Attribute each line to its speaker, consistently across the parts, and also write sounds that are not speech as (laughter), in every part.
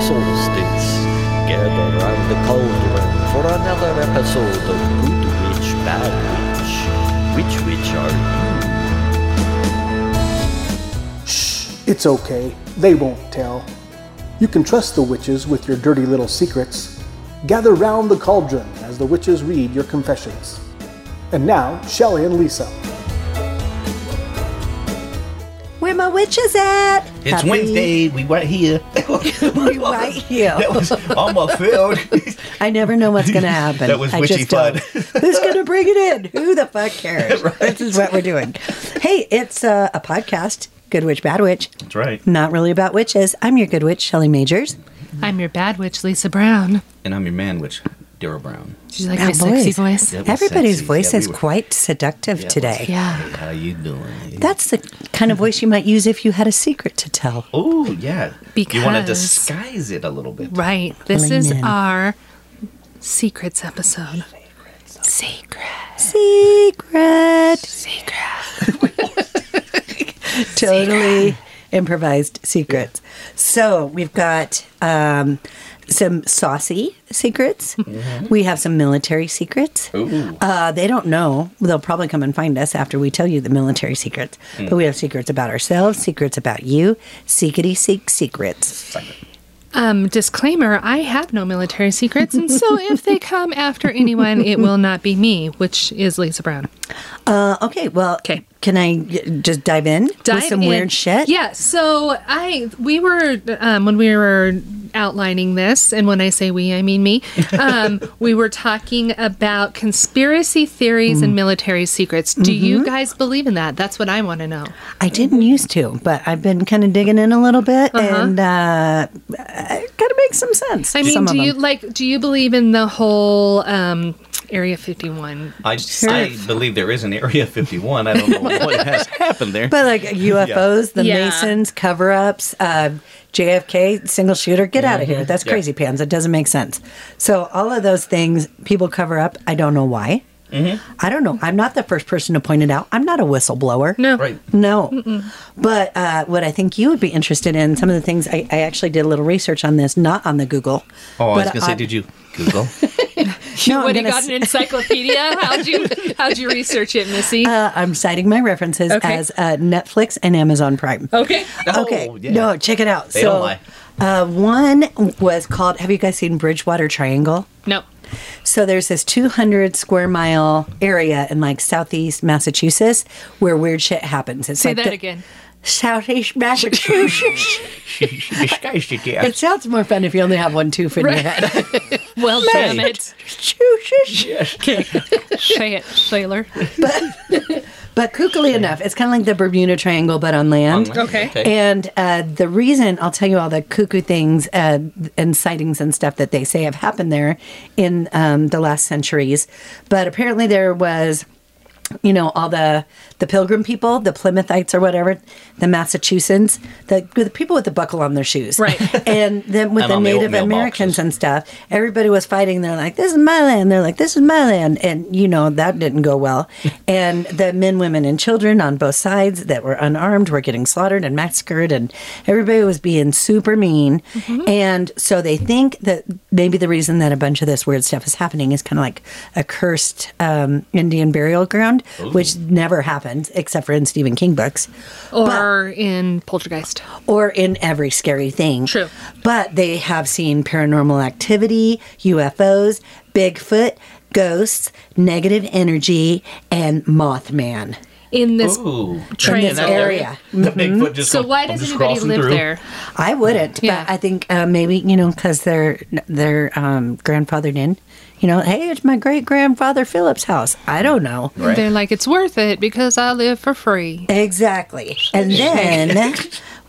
Speaker 1: solstice, gather round the cauldron for another episode of Good Witch, Bad Witch. Which witch are you?
Speaker 2: It's okay, they won't tell. You can trust the witches with your dirty little secrets. Gather round the cauldron as the witches read your confessions. And now, Shelley and Lisa.
Speaker 3: Where my witches at?
Speaker 4: It's
Speaker 3: Happy-
Speaker 4: Wednesday. We right here. (laughs) we
Speaker 3: right here.
Speaker 4: That was almost filled.
Speaker 3: I never know what's going to happen.
Speaker 4: (laughs) That was
Speaker 3: I
Speaker 4: witchy
Speaker 3: just don't.
Speaker 4: (laughs)
Speaker 3: Who's going to bring it in? Who the fuck cares? This is what we're doing. Hey, it's uh, a podcast, Good Witch, Bad Witch.
Speaker 4: That's right.
Speaker 3: Not really about witches. I'm your good witch, Shelley Majors.
Speaker 5: I'm your bad witch, Lisa Brown.
Speaker 4: And I'm your man, which Daryl Brown.
Speaker 5: She's like
Speaker 3: That
Speaker 5: my sexy
Speaker 3: voice.
Speaker 5: voice.
Speaker 4: That was
Speaker 3: Everybody's
Speaker 4: sexy.
Speaker 3: voice
Speaker 4: Yeah,
Speaker 3: is
Speaker 4: we were-
Speaker 3: quite seductive
Speaker 4: Yeah, it
Speaker 3: today.
Speaker 5: Yeah.
Speaker 4: Hey, how you doing?
Speaker 3: That's the kind of voice you might use if you had a secret to tell.
Speaker 4: oh yeah. you want to
Speaker 5: Because-
Speaker 4: disguise it a little bit.
Speaker 5: Right. This
Speaker 3: Lean
Speaker 5: is
Speaker 3: in.
Speaker 5: our secrets episode. Secret.
Speaker 3: Secret. (laughs)
Speaker 5: Secret.
Speaker 3: totally improvised secrets. So we've got um, some saucy secrets.
Speaker 5: Mm-hmm.
Speaker 3: We have some military secrets.
Speaker 4: Ooh.
Speaker 3: Uh, they don't know. They'll probably come and find us after we tell you the military secrets.
Speaker 5: Hmm.
Speaker 3: But we have secrets about ourselves, secrets about you, secrety seek secrets.
Speaker 5: Um, disclaimer I have no military secrets, and so if they come after anyone, it will not be me, which is Lisa Brown.
Speaker 3: Uh, okay, well,
Speaker 5: 'Kay.
Speaker 3: can I y- just dive in with
Speaker 5: Dive
Speaker 3: some
Speaker 5: in.
Speaker 3: weird shit?
Speaker 5: Yeah. So I we were um, when we were outlining this, and when I say we,
Speaker 3: (laughs)
Speaker 5: I mean me. Um, we were talking about conspiracy theories
Speaker 3: Mm.
Speaker 5: and military secrets. Do
Speaker 3: Mm-hmm.
Speaker 5: you guys believe in that? That's what I want to know.
Speaker 3: I didn't used to, but I've been kind of digging in a little bit, and uh, it kind of makes some sense.
Speaker 5: Uh-huh. I mean,
Speaker 3: some of
Speaker 5: do you
Speaker 3: them.
Speaker 5: like? Do you believe in the whole um, Area Fifty One?
Speaker 4: I, I believe there is an Area 51. I don't know what has happened
Speaker 3: (laughs)
Speaker 4: there.
Speaker 3: But
Speaker 4: (laughs)
Speaker 3: like UFOs, the
Speaker 5: Yeah.
Speaker 3: Masons, cover ups, uh, JFK, single shooter, get out of here. That's
Speaker 4: Mm-hmm. Yeah.
Speaker 3: crazy pants. It doesn't make sense. So, all of those things people cover up. I don't know why.
Speaker 4: Mm-hmm.
Speaker 3: I don't know. I'm not the first person to point it out. I'm not a whistleblower.
Speaker 5: No.
Speaker 4: right.
Speaker 3: No. But uh, what I think you would be interested in, some of the things I, I actually did a little research on this, not on the Google.
Speaker 4: Oh, I was
Speaker 3: but
Speaker 4: gonna say, did you Google?
Speaker 3: No, I'm
Speaker 5: What you
Speaker 3: gonna
Speaker 5: got
Speaker 3: (laughs)
Speaker 5: an encyclopedia? how'd you how'd you research it, Missy?
Speaker 3: Uh, I'm citing my references
Speaker 5: Okay.
Speaker 3: as uh, Netflix and Amazon Prime.
Speaker 5: okay.
Speaker 3: (laughs) okay.
Speaker 4: Oh, yeah.
Speaker 3: No, check it out.
Speaker 4: They
Speaker 3: so,
Speaker 4: don't lie.
Speaker 3: Uh, one was called. Have you guys seen Bridgewater Triangle?
Speaker 5: No.
Speaker 3: So there's this 200 square mile area in like southeast Massachusetts where weird shit happens. It's
Speaker 5: Say
Speaker 3: like
Speaker 5: that
Speaker 3: the-
Speaker 5: again.
Speaker 3: Southeast
Speaker 5: (laughs)
Speaker 3: Massachusetts.
Speaker 4: She, she disguised it. Yeah.
Speaker 3: it sounds more fun if you only have one tooth in your
Speaker 5: Right.
Speaker 3: head. (laughs)
Speaker 5: Well, damn it. Say it, sailor.
Speaker 3: But kookily enough, it's kind of like the Bermuda Triangle, but on land.
Speaker 5: Okay.
Speaker 3: And uh, the reason I'll tell you all the cuckoo things uh, and sightings and stuff that they say have happened there in um, the last centuries, but apparently there was, you know, all the the Pilgrim people, the Plymouthites or whatever, the Massachusetts, the the people with the buckle on their shoes,
Speaker 5: Right.
Speaker 3: (laughs) And then with
Speaker 4: And
Speaker 3: the
Speaker 4: on the
Speaker 3: Native
Speaker 4: oatmeal
Speaker 3: Americans
Speaker 4: boxes.
Speaker 3: and stuff, everybody was fighting. They're like, "This is my land." They're like, "This is my land," and you know that didn't go well. and the men, women, and children on both sides that were unarmed were getting slaughtered and massacred, and everybody was being super mean. And so they think that maybe the reason that a bunch of this weird stuff is happening is kind of like a cursed um, Indian burial ground, which never happens except for in Stephen King books
Speaker 5: Or in Poltergeist.
Speaker 3: or in every scary thing.
Speaker 5: True.
Speaker 3: But they have seen paranormal activity, UFOs, Bigfoot, ghosts, negative energy, and Mothman.
Speaker 5: In this
Speaker 4: Ooh.
Speaker 5: Train
Speaker 3: In this area. Mm-hmm.
Speaker 4: The Bigfoot just
Speaker 5: So
Speaker 4: goes-
Speaker 5: why
Speaker 4: I'm
Speaker 5: does
Speaker 4: just
Speaker 5: anybody
Speaker 4: crossing
Speaker 5: live
Speaker 4: through.
Speaker 5: there?
Speaker 3: I wouldn't,
Speaker 5: Yeah.
Speaker 3: but I think uh, maybe you know because they're they're um, grandfathered in. You know, hey, it's my great grandfather Phillips' house. I don't know.
Speaker 4: Right.
Speaker 5: They're like, it's worth it because I live for free.
Speaker 3: Exactly. And
Speaker 5: (laughs)
Speaker 3: then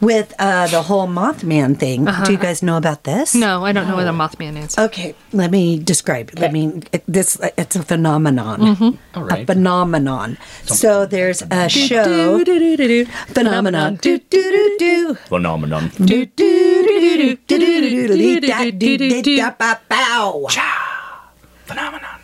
Speaker 3: with uh, the whole Mothman thing, do you guys know about this?
Speaker 5: Uh-huh. No, I don't know what a Mothman is.
Speaker 3: Okay, let me describe. Let me it- this. It's a phenomenon.
Speaker 4: All
Speaker 3: A
Speaker 4: right.
Speaker 3: phenomenon. So there's a show
Speaker 5: Do-do-do-do-do.
Speaker 3: phenomenon. Do do do do.
Speaker 4: Phenomenon.
Speaker 3: Do do do do do do do do da, do do da, ba, bow.
Speaker 4: Phenomenon.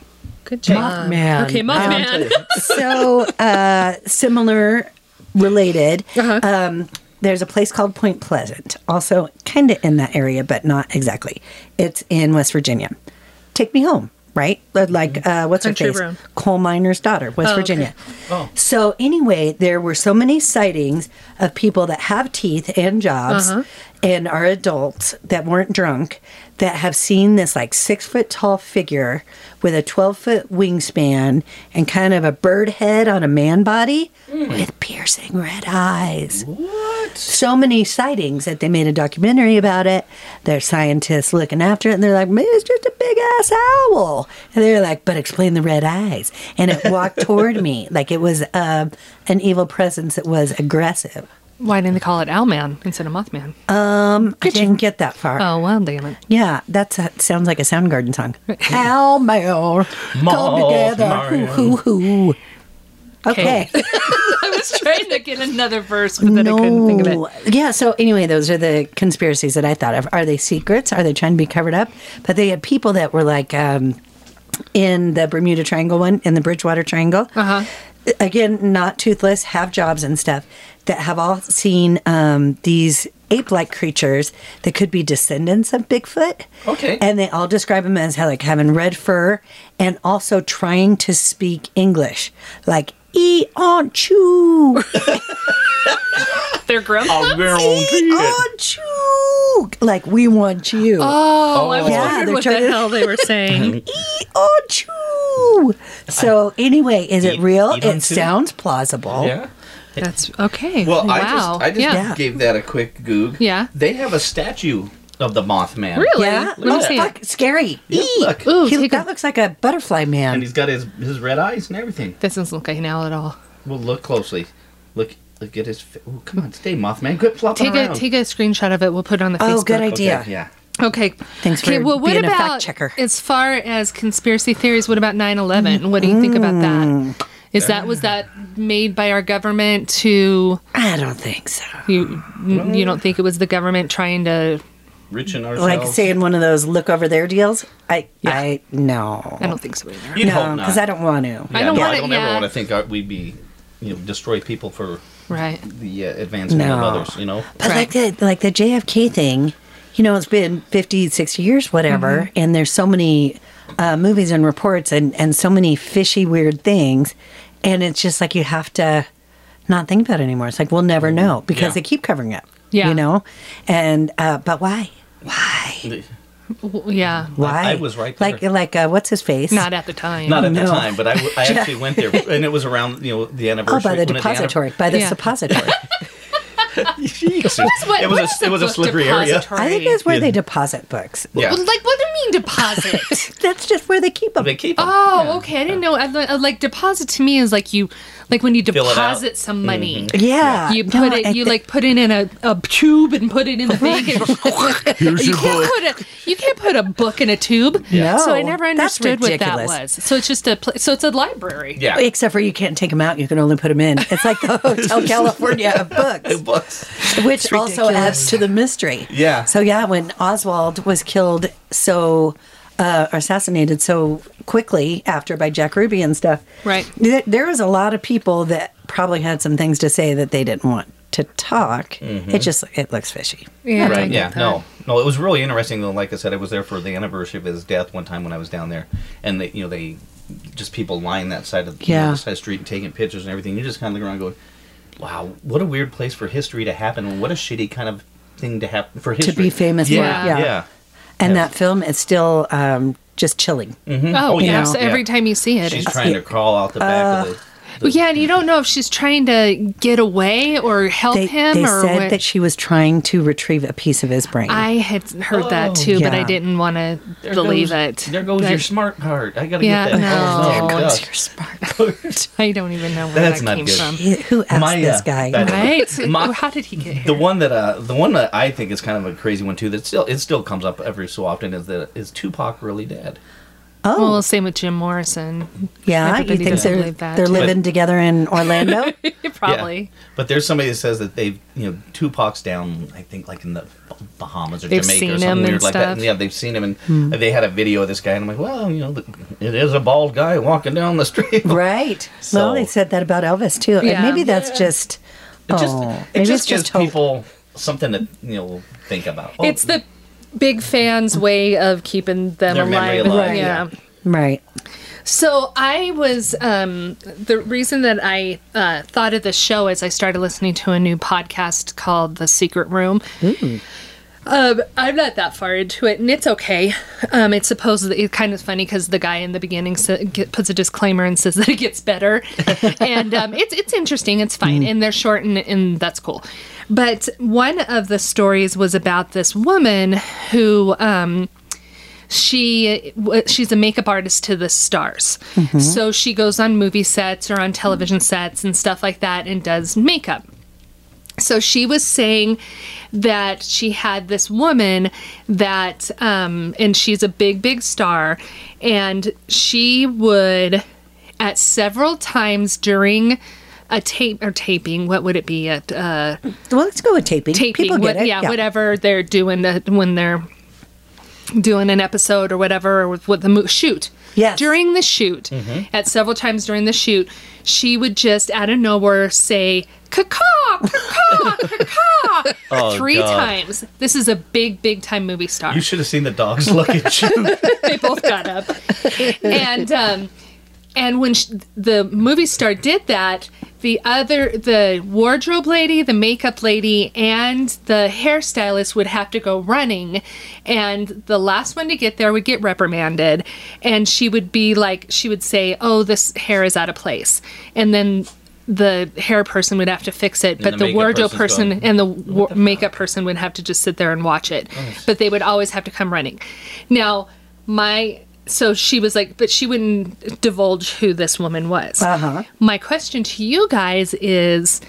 Speaker 5: Good job.
Speaker 3: Mothman.
Speaker 5: Okay, Mothman.
Speaker 3: So uh, similar, related.
Speaker 5: Uh-huh.
Speaker 3: Um, There's a place called Point Pleasant, also kind of in that area, but not exactly. It's in West Virginia. Take me home, right? Like, uh, what's her
Speaker 5: Mm-hmm. Country
Speaker 3: face?
Speaker 5: Road.
Speaker 3: Coal miner's daughter, West
Speaker 5: Oh, okay.
Speaker 3: Virginia. So, anyway, there were so many sightings of people that have teeth and jobs and are adults that weren't drunk that have seen this like six foot tall figure with a 12 foot wingspan and kind of a bird head on a man body with piercing red eyes so many sightings that they made a documentary about it. There's scientists looking after it, and they're like, maybe it's just a big ass owl. And they're like, but explain the red eyes. And it walked toward me (laughs) like it was uh, an evil presence that was aggressive.
Speaker 5: Why didn't they call it Owlman instead of Mothman?
Speaker 3: I didn't get that far.
Speaker 5: oh, well, damn it.
Speaker 3: Yeah, that's, that sounds like a Soundgarden song. Owl, mail, come
Speaker 4: Oh,
Speaker 3: together, hoo, hoo, hoo. Okay.
Speaker 5: I was trying to get another verse, but then
Speaker 3: no.
Speaker 5: I couldn't think of it.
Speaker 3: Yeah, so anyway, those are the conspiracies that I thought of. Are they secrets? Are they trying to be covered up? But they had people that were like um, in the Bermuda Triangle one, in the Bridgewater Triangle.
Speaker 5: Uh-huh.
Speaker 3: Again, not toothless, have jobs and stuff that have all seen um, these ape like creatures that could be descendants of Bigfoot.
Speaker 4: Okay.
Speaker 3: And they all describe them as like having red fur and also trying to speak English. Like, E on chew.
Speaker 5: They're grown.
Speaker 4: Oh, we're on
Speaker 3: We
Speaker 4: to it.
Speaker 3: want you. Like we want you.
Speaker 4: Uh,
Speaker 5: Oh, I was
Speaker 3: Yeah,
Speaker 5: wondering
Speaker 3: they're
Speaker 5: what
Speaker 3: trying
Speaker 5: the
Speaker 3: to-
Speaker 5: hell they
Speaker 4: (laughs)
Speaker 5: were saying.
Speaker 3: We want you. E So anyway, is it
Speaker 4: Eat-
Speaker 3: real?
Speaker 4: eat
Speaker 3: it
Speaker 4: on two?
Speaker 3: sounds plausible.
Speaker 4: E Yeah.
Speaker 5: That's okay.
Speaker 4: Well,
Speaker 5: wow.
Speaker 4: I just I just
Speaker 5: yeah.
Speaker 3: Yeah.
Speaker 4: gave that a quick goog.
Speaker 5: Yeah.
Speaker 4: They have a statue of the Mothman.
Speaker 5: Really?
Speaker 3: Yeah.
Speaker 5: Let me
Speaker 3: oh
Speaker 5: see it.
Speaker 3: fuck, scary.
Speaker 4: Yeah,
Speaker 3: Eee.
Speaker 4: look.
Speaker 5: Ooh,
Speaker 3: He-
Speaker 5: take a-
Speaker 3: that looks like a butterfly
Speaker 4: And
Speaker 3: man.
Speaker 4: he's got his his red eyes and everything.
Speaker 5: This doesn't look like an owl at all.
Speaker 4: Well, look closely. Look look at his. Fa- Ooh, come on, stay Mothman. Quit flopping
Speaker 5: Take
Speaker 4: around.
Speaker 5: a take a screenshot of it. We'll put it on the
Speaker 3: Oh,
Speaker 5: Facebook.
Speaker 3: good
Speaker 4: Okay,
Speaker 3: idea.
Speaker 4: yeah.
Speaker 5: Okay.
Speaker 3: Thanks
Speaker 5: okay,
Speaker 3: for
Speaker 5: well, what
Speaker 3: being a
Speaker 5: about,
Speaker 3: fact checker.
Speaker 5: As far as conspiracy theories, what about 9-11? What do you think about
Speaker 3: Mm.
Speaker 5: that? Is that was that made by our government to
Speaker 3: I don't think so.
Speaker 5: you? n- You don't think it was the government trying to?
Speaker 4: Rich in
Speaker 3: Like
Speaker 4: ourselves.
Speaker 3: saying one of those look over there deals. I I no.
Speaker 5: I don't think so either.
Speaker 4: You'd
Speaker 3: No,
Speaker 4: hope
Speaker 3: because
Speaker 4: not.
Speaker 3: I don't want to.
Speaker 5: I don't
Speaker 4: no,
Speaker 5: want
Speaker 4: I
Speaker 5: it,
Speaker 4: don't ever
Speaker 5: yeah.
Speaker 4: want to think our, we'd be, you know, destroy people for
Speaker 5: Right.
Speaker 4: the uh, advancement
Speaker 3: No.
Speaker 4: of others. You know.
Speaker 3: But
Speaker 5: Right.
Speaker 3: like the like the JFK thing, you know, it's been 50, 60 years, whatever,
Speaker 4: Mm-hmm.
Speaker 3: and there's so many uh, movies and reports and and so many fishy, weird things, and it's just like you have to not think about it anymore. It's like we'll never know because
Speaker 4: Mm-hmm. Yeah.
Speaker 3: they keep covering it.
Speaker 5: Yeah.
Speaker 3: you know, and uh, but why? Why?
Speaker 5: W- Yeah.
Speaker 3: Why?
Speaker 4: I was right
Speaker 3: Like
Speaker 4: there.
Speaker 3: like uh, what's his face?
Speaker 5: Not at the time.
Speaker 4: Not at the
Speaker 3: No.
Speaker 4: time, but I, w-
Speaker 3: (laughs)
Speaker 4: I actually went there, and it was around you know the
Speaker 3: oh,
Speaker 4: anniversary.
Speaker 3: by the
Speaker 4: when it- anniv-
Speaker 3: depository, by the
Speaker 4: (laughs)
Speaker 5: Yeah.
Speaker 3: suppository.
Speaker 4: Jeez.
Speaker 5: What-
Speaker 4: it
Speaker 5: what
Speaker 4: was
Speaker 5: is
Speaker 4: a it was a
Speaker 5: book
Speaker 4: slippery area.
Speaker 5: depository?
Speaker 3: I think that's where
Speaker 4: Yeah.
Speaker 3: they deposit books.
Speaker 4: Yeah.
Speaker 5: Well, like, what do you
Speaker 3: (laughs)
Speaker 5: mean deposit?
Speaker 3: That's just where they keep them.
Speaker 4: They keep 'em.
Speaker 5: Oh,
Speaker 4: Yeah.
Speaker 5: okay. I didn't know. I, I- like deposit to me is like you, like when you
Speaker 4: Fill it out. Mm-hmm.
Speaker 5: deposit some money.
Speaker 3: Yeah.
Speaker 5: You put
Speaker 3: No,
Speaker 5: it.
Speaker 3: I
Speaker 5: You
Speaker 3: thi-
Speaker 5: like put it in a, a tube and put it in the
Speaker 3: (laughs)
Speaker 5: (laughs) bank. And you can't put a you can't put a book in a tube.
Speaker 3: Yeah.
Speaker 5: So I
Speaker 3: No,
Speaker 5: never
Speaker 3: that's
Speaker 5: understood what that
Speaker 3: ridiculous.
Speaker 5: was. So it's just a pla- so it's a library.
Speaker 4: Yeah.
Speaker 3: Except for you can't take them out; you can only put them in. It's like the
Speaker 4: (laughs)
Speaker 3: Hotel California of books,
Speaker 4: Books.
Speaker 3: which also adds to the mystery.
Speaker 4: Yeah.
Speaker 3: So yeah, when Oswald was killed, so uh, or assassinated so quickly after by Jack Ruby and stuff,
Speaker 5: Right.
Speaker 3: There, there was a lot of people that probably had some things to say that they didn't want to talk.
Speaker 4: Mm-hmm.
Speaker 3: It just it looks fishy.
Speaker 5: Yeah. I
Speaker 4: Right.
Speaker 5: get
Speaker 4: Yeah.
Speaker 5: that.
Speaker 4: No. No. It was really interesting though. Like I said, I was there for the anniversary of his death one time when I was down there, and they, you know, they just people lined that side of the,
Speaker 3: Yeah.
Speaker 4: the side of the street and taking pictures and everything. You just kind of look around going, "Wow, what a weird place for history to happen, and what a shitty kind of thing to happen for history
Speaker 3: be famous for,
Speaker 4: Yeah.
Speaker 3: yeah.
Speaker 4: Yeah.
Speaker 3: And
Speaker 4: Yeah.
Speaker 3: that film is still um, just chilling.
Speaker 5: Oh,
Speaker 4: Oh,
Speaker 5: yeah.
Speaker 4: yeah.
Speaker 5: So every
Speaker 4: Yeah.
Speaker 5: time you see it,
Speaker 4: She's
Speaker 5: it's-
Speaker 4: trying to crawl out the
Speaker 3: Uh,
Speaker 4: back of the.
Speaker 5: Well, yeah, and you don't know if she's trying to get away or help
Speaker 3: They,
Speaker 5: Oh, him
Speaker 3: they
Speaker 5: or
Speaker 3: said
Speaker 5: what.
Speaker 3: that she was trying to retrieve a piece of his brain.
Speaker 5: I had heard that too, but I
Speaker 3: Yeah.
Speaker 5: didn't want to believe
Speaker 4: Oh, goes,
Speaker 5: it.
Speaker 4: There goes
Speaker 5: That-
Speaker 4: your smart card. I gotta
Speaker 5: Yeah,
Speaker 4: get that.
Speaker 5: no.
Speaker 4: Oh,
Speaker 5: There goes
Speaker 4: gosh.
Speaker 3: You're smart.
Speaker 5: (laughs) I don't even know where
Speaker 4: That's
Speaker 5: that
Speaker 4: not
Speaker 5: came
Speaker 4: good.
Speaker 5: from.
Speaker 3: Who asked
Speaker 4: My, uh,
Speaker 3: this guy?
Speaker 4: that-
Speaker 5: Right?
Speaker 4: (laughs) My-
Speaker 5: How did he get here?
Speaker 4: The one that uh, the one that I think is kind of a crazy one too. That still it still comes up every so often is that is Tupac really dead?
Speaker 3: oh,
Speaker 5: Well, same with Jim Morrison. (laughs)
Speaker 3: yeah. You
Speaker 5: everybody
Speaker 3: think
Speaker 5: doesn't
Speaker 3: they're
Speaker 5: believe that.
Speaker 3: they're
Speaker 5: But-
Speaker 3: living together in
Speaker 4: (laughs)
Speaker 3: Orlando?
Speaker 5: Probably.
Speaker 4: Yeah. But there's somebody that says that they've you know Tupac's down. I think like in the Bahamas or
Speaker 5: They've
Speaker 4: Jamaica
Speaker 5: seen
Speaker 4: or
Speaker 5: him
Speaker 4: something weird
Speaker 5: and
Speaker 4: like that. And,
Speaker 5: stuff.
Speaker 4: yeah, they've seen him and they had a video of this guy. And I'm like, well, you know, the, it is a bald guy walking down the street. (laughs)
Speaker 3: right. well, they
Speaker 4: So-
Speaker 3: said that about Elvis too. And
Speaker 5: Yeah.
Speaker 3: maybe that's just
Speaker 4: It just
Speaker 3: Oh,
Speaker 4: it
Speaker 3: maybe
Speaker 4: just
Speaker 3: it's
Speaker 4: gives
Speaker 3: just hope.
Speaker 4: people something to you know think about. Oh, Well,
Speaker 5: It's the big fans' way of keeping them
Speaker 4: Their memory
Speaker 5: alive.
Speaker 4: alive, Right.
Speaker 5: Yeah.
Speaker 3: Right.
Speaker 5: So I was um, the reason that I uh, thought of the show is I started listening to a new podcast called The Secret Room. Um, I'm not that far into it, and it's okay. Um, it's supposedly it's kind of funny because the guy in the beginning sa get, puts a disclaimer and says (laughs) that it gets better, and um, it's it's interesting. It's fine, and they're short, and, and that's cool. But one of the stories was about this woman who. Um, she uh, w- she's a makeup artist to the stars. So she goes on movie sets or on television sets and stuff like that and does makeup. So she was saying that she had this woman that um and she's a big big star and she would at several times during a tape or taping what would it be at uh
Speaker 3: Well, let's go with taping.
Speaker 5: taping,
Speaker 3: People get
Speaker 5: what-
Speaker 3: it.
Speaker 5: Yeah, whatever they're doing uh, when they're doing an episode or whatever, or with, with the mo- shoot.
Speaker 3: Yes. Mm-hmm.
Speaker 5: During the shoot, at several times during the shoot, she would just out of nowhere say "caca, caca,
Speaker 3: (laughs)
Speaker 5: caca"
Speaker 1: Oh,
Speaker 5: three
Speaker 1: God.
Speaker 5: times. This is a big, big time movie star.
Speaker 4: you should have seen the dogs look at you.
Speaker 5: (laughs) they both got up, and um, and when sh- the movie star did that, the other, the wardrobe lady, the makeup lady, and the hairstylist would have to go running. And the last one to get there would get reprimanded. And she would be like, she would say, Oh, this hair is out of place. And then the hair person would have to fix it, but
Speaker 4: the
Speaker 5: the,
Speaker 4: makeup
Speaker 5: wardrobe
Speaker 4: person's
Speaker 5: person
Speaker 4: going,
Speaker 5: and the, wa- makeup person would have to just sit there and watch it. But they would always have to come running. Now, my. So she was like, but she wouldn't divulge who this woman was.
Speaker 3: Uh-huh.
Speaker 5: My question to you guys is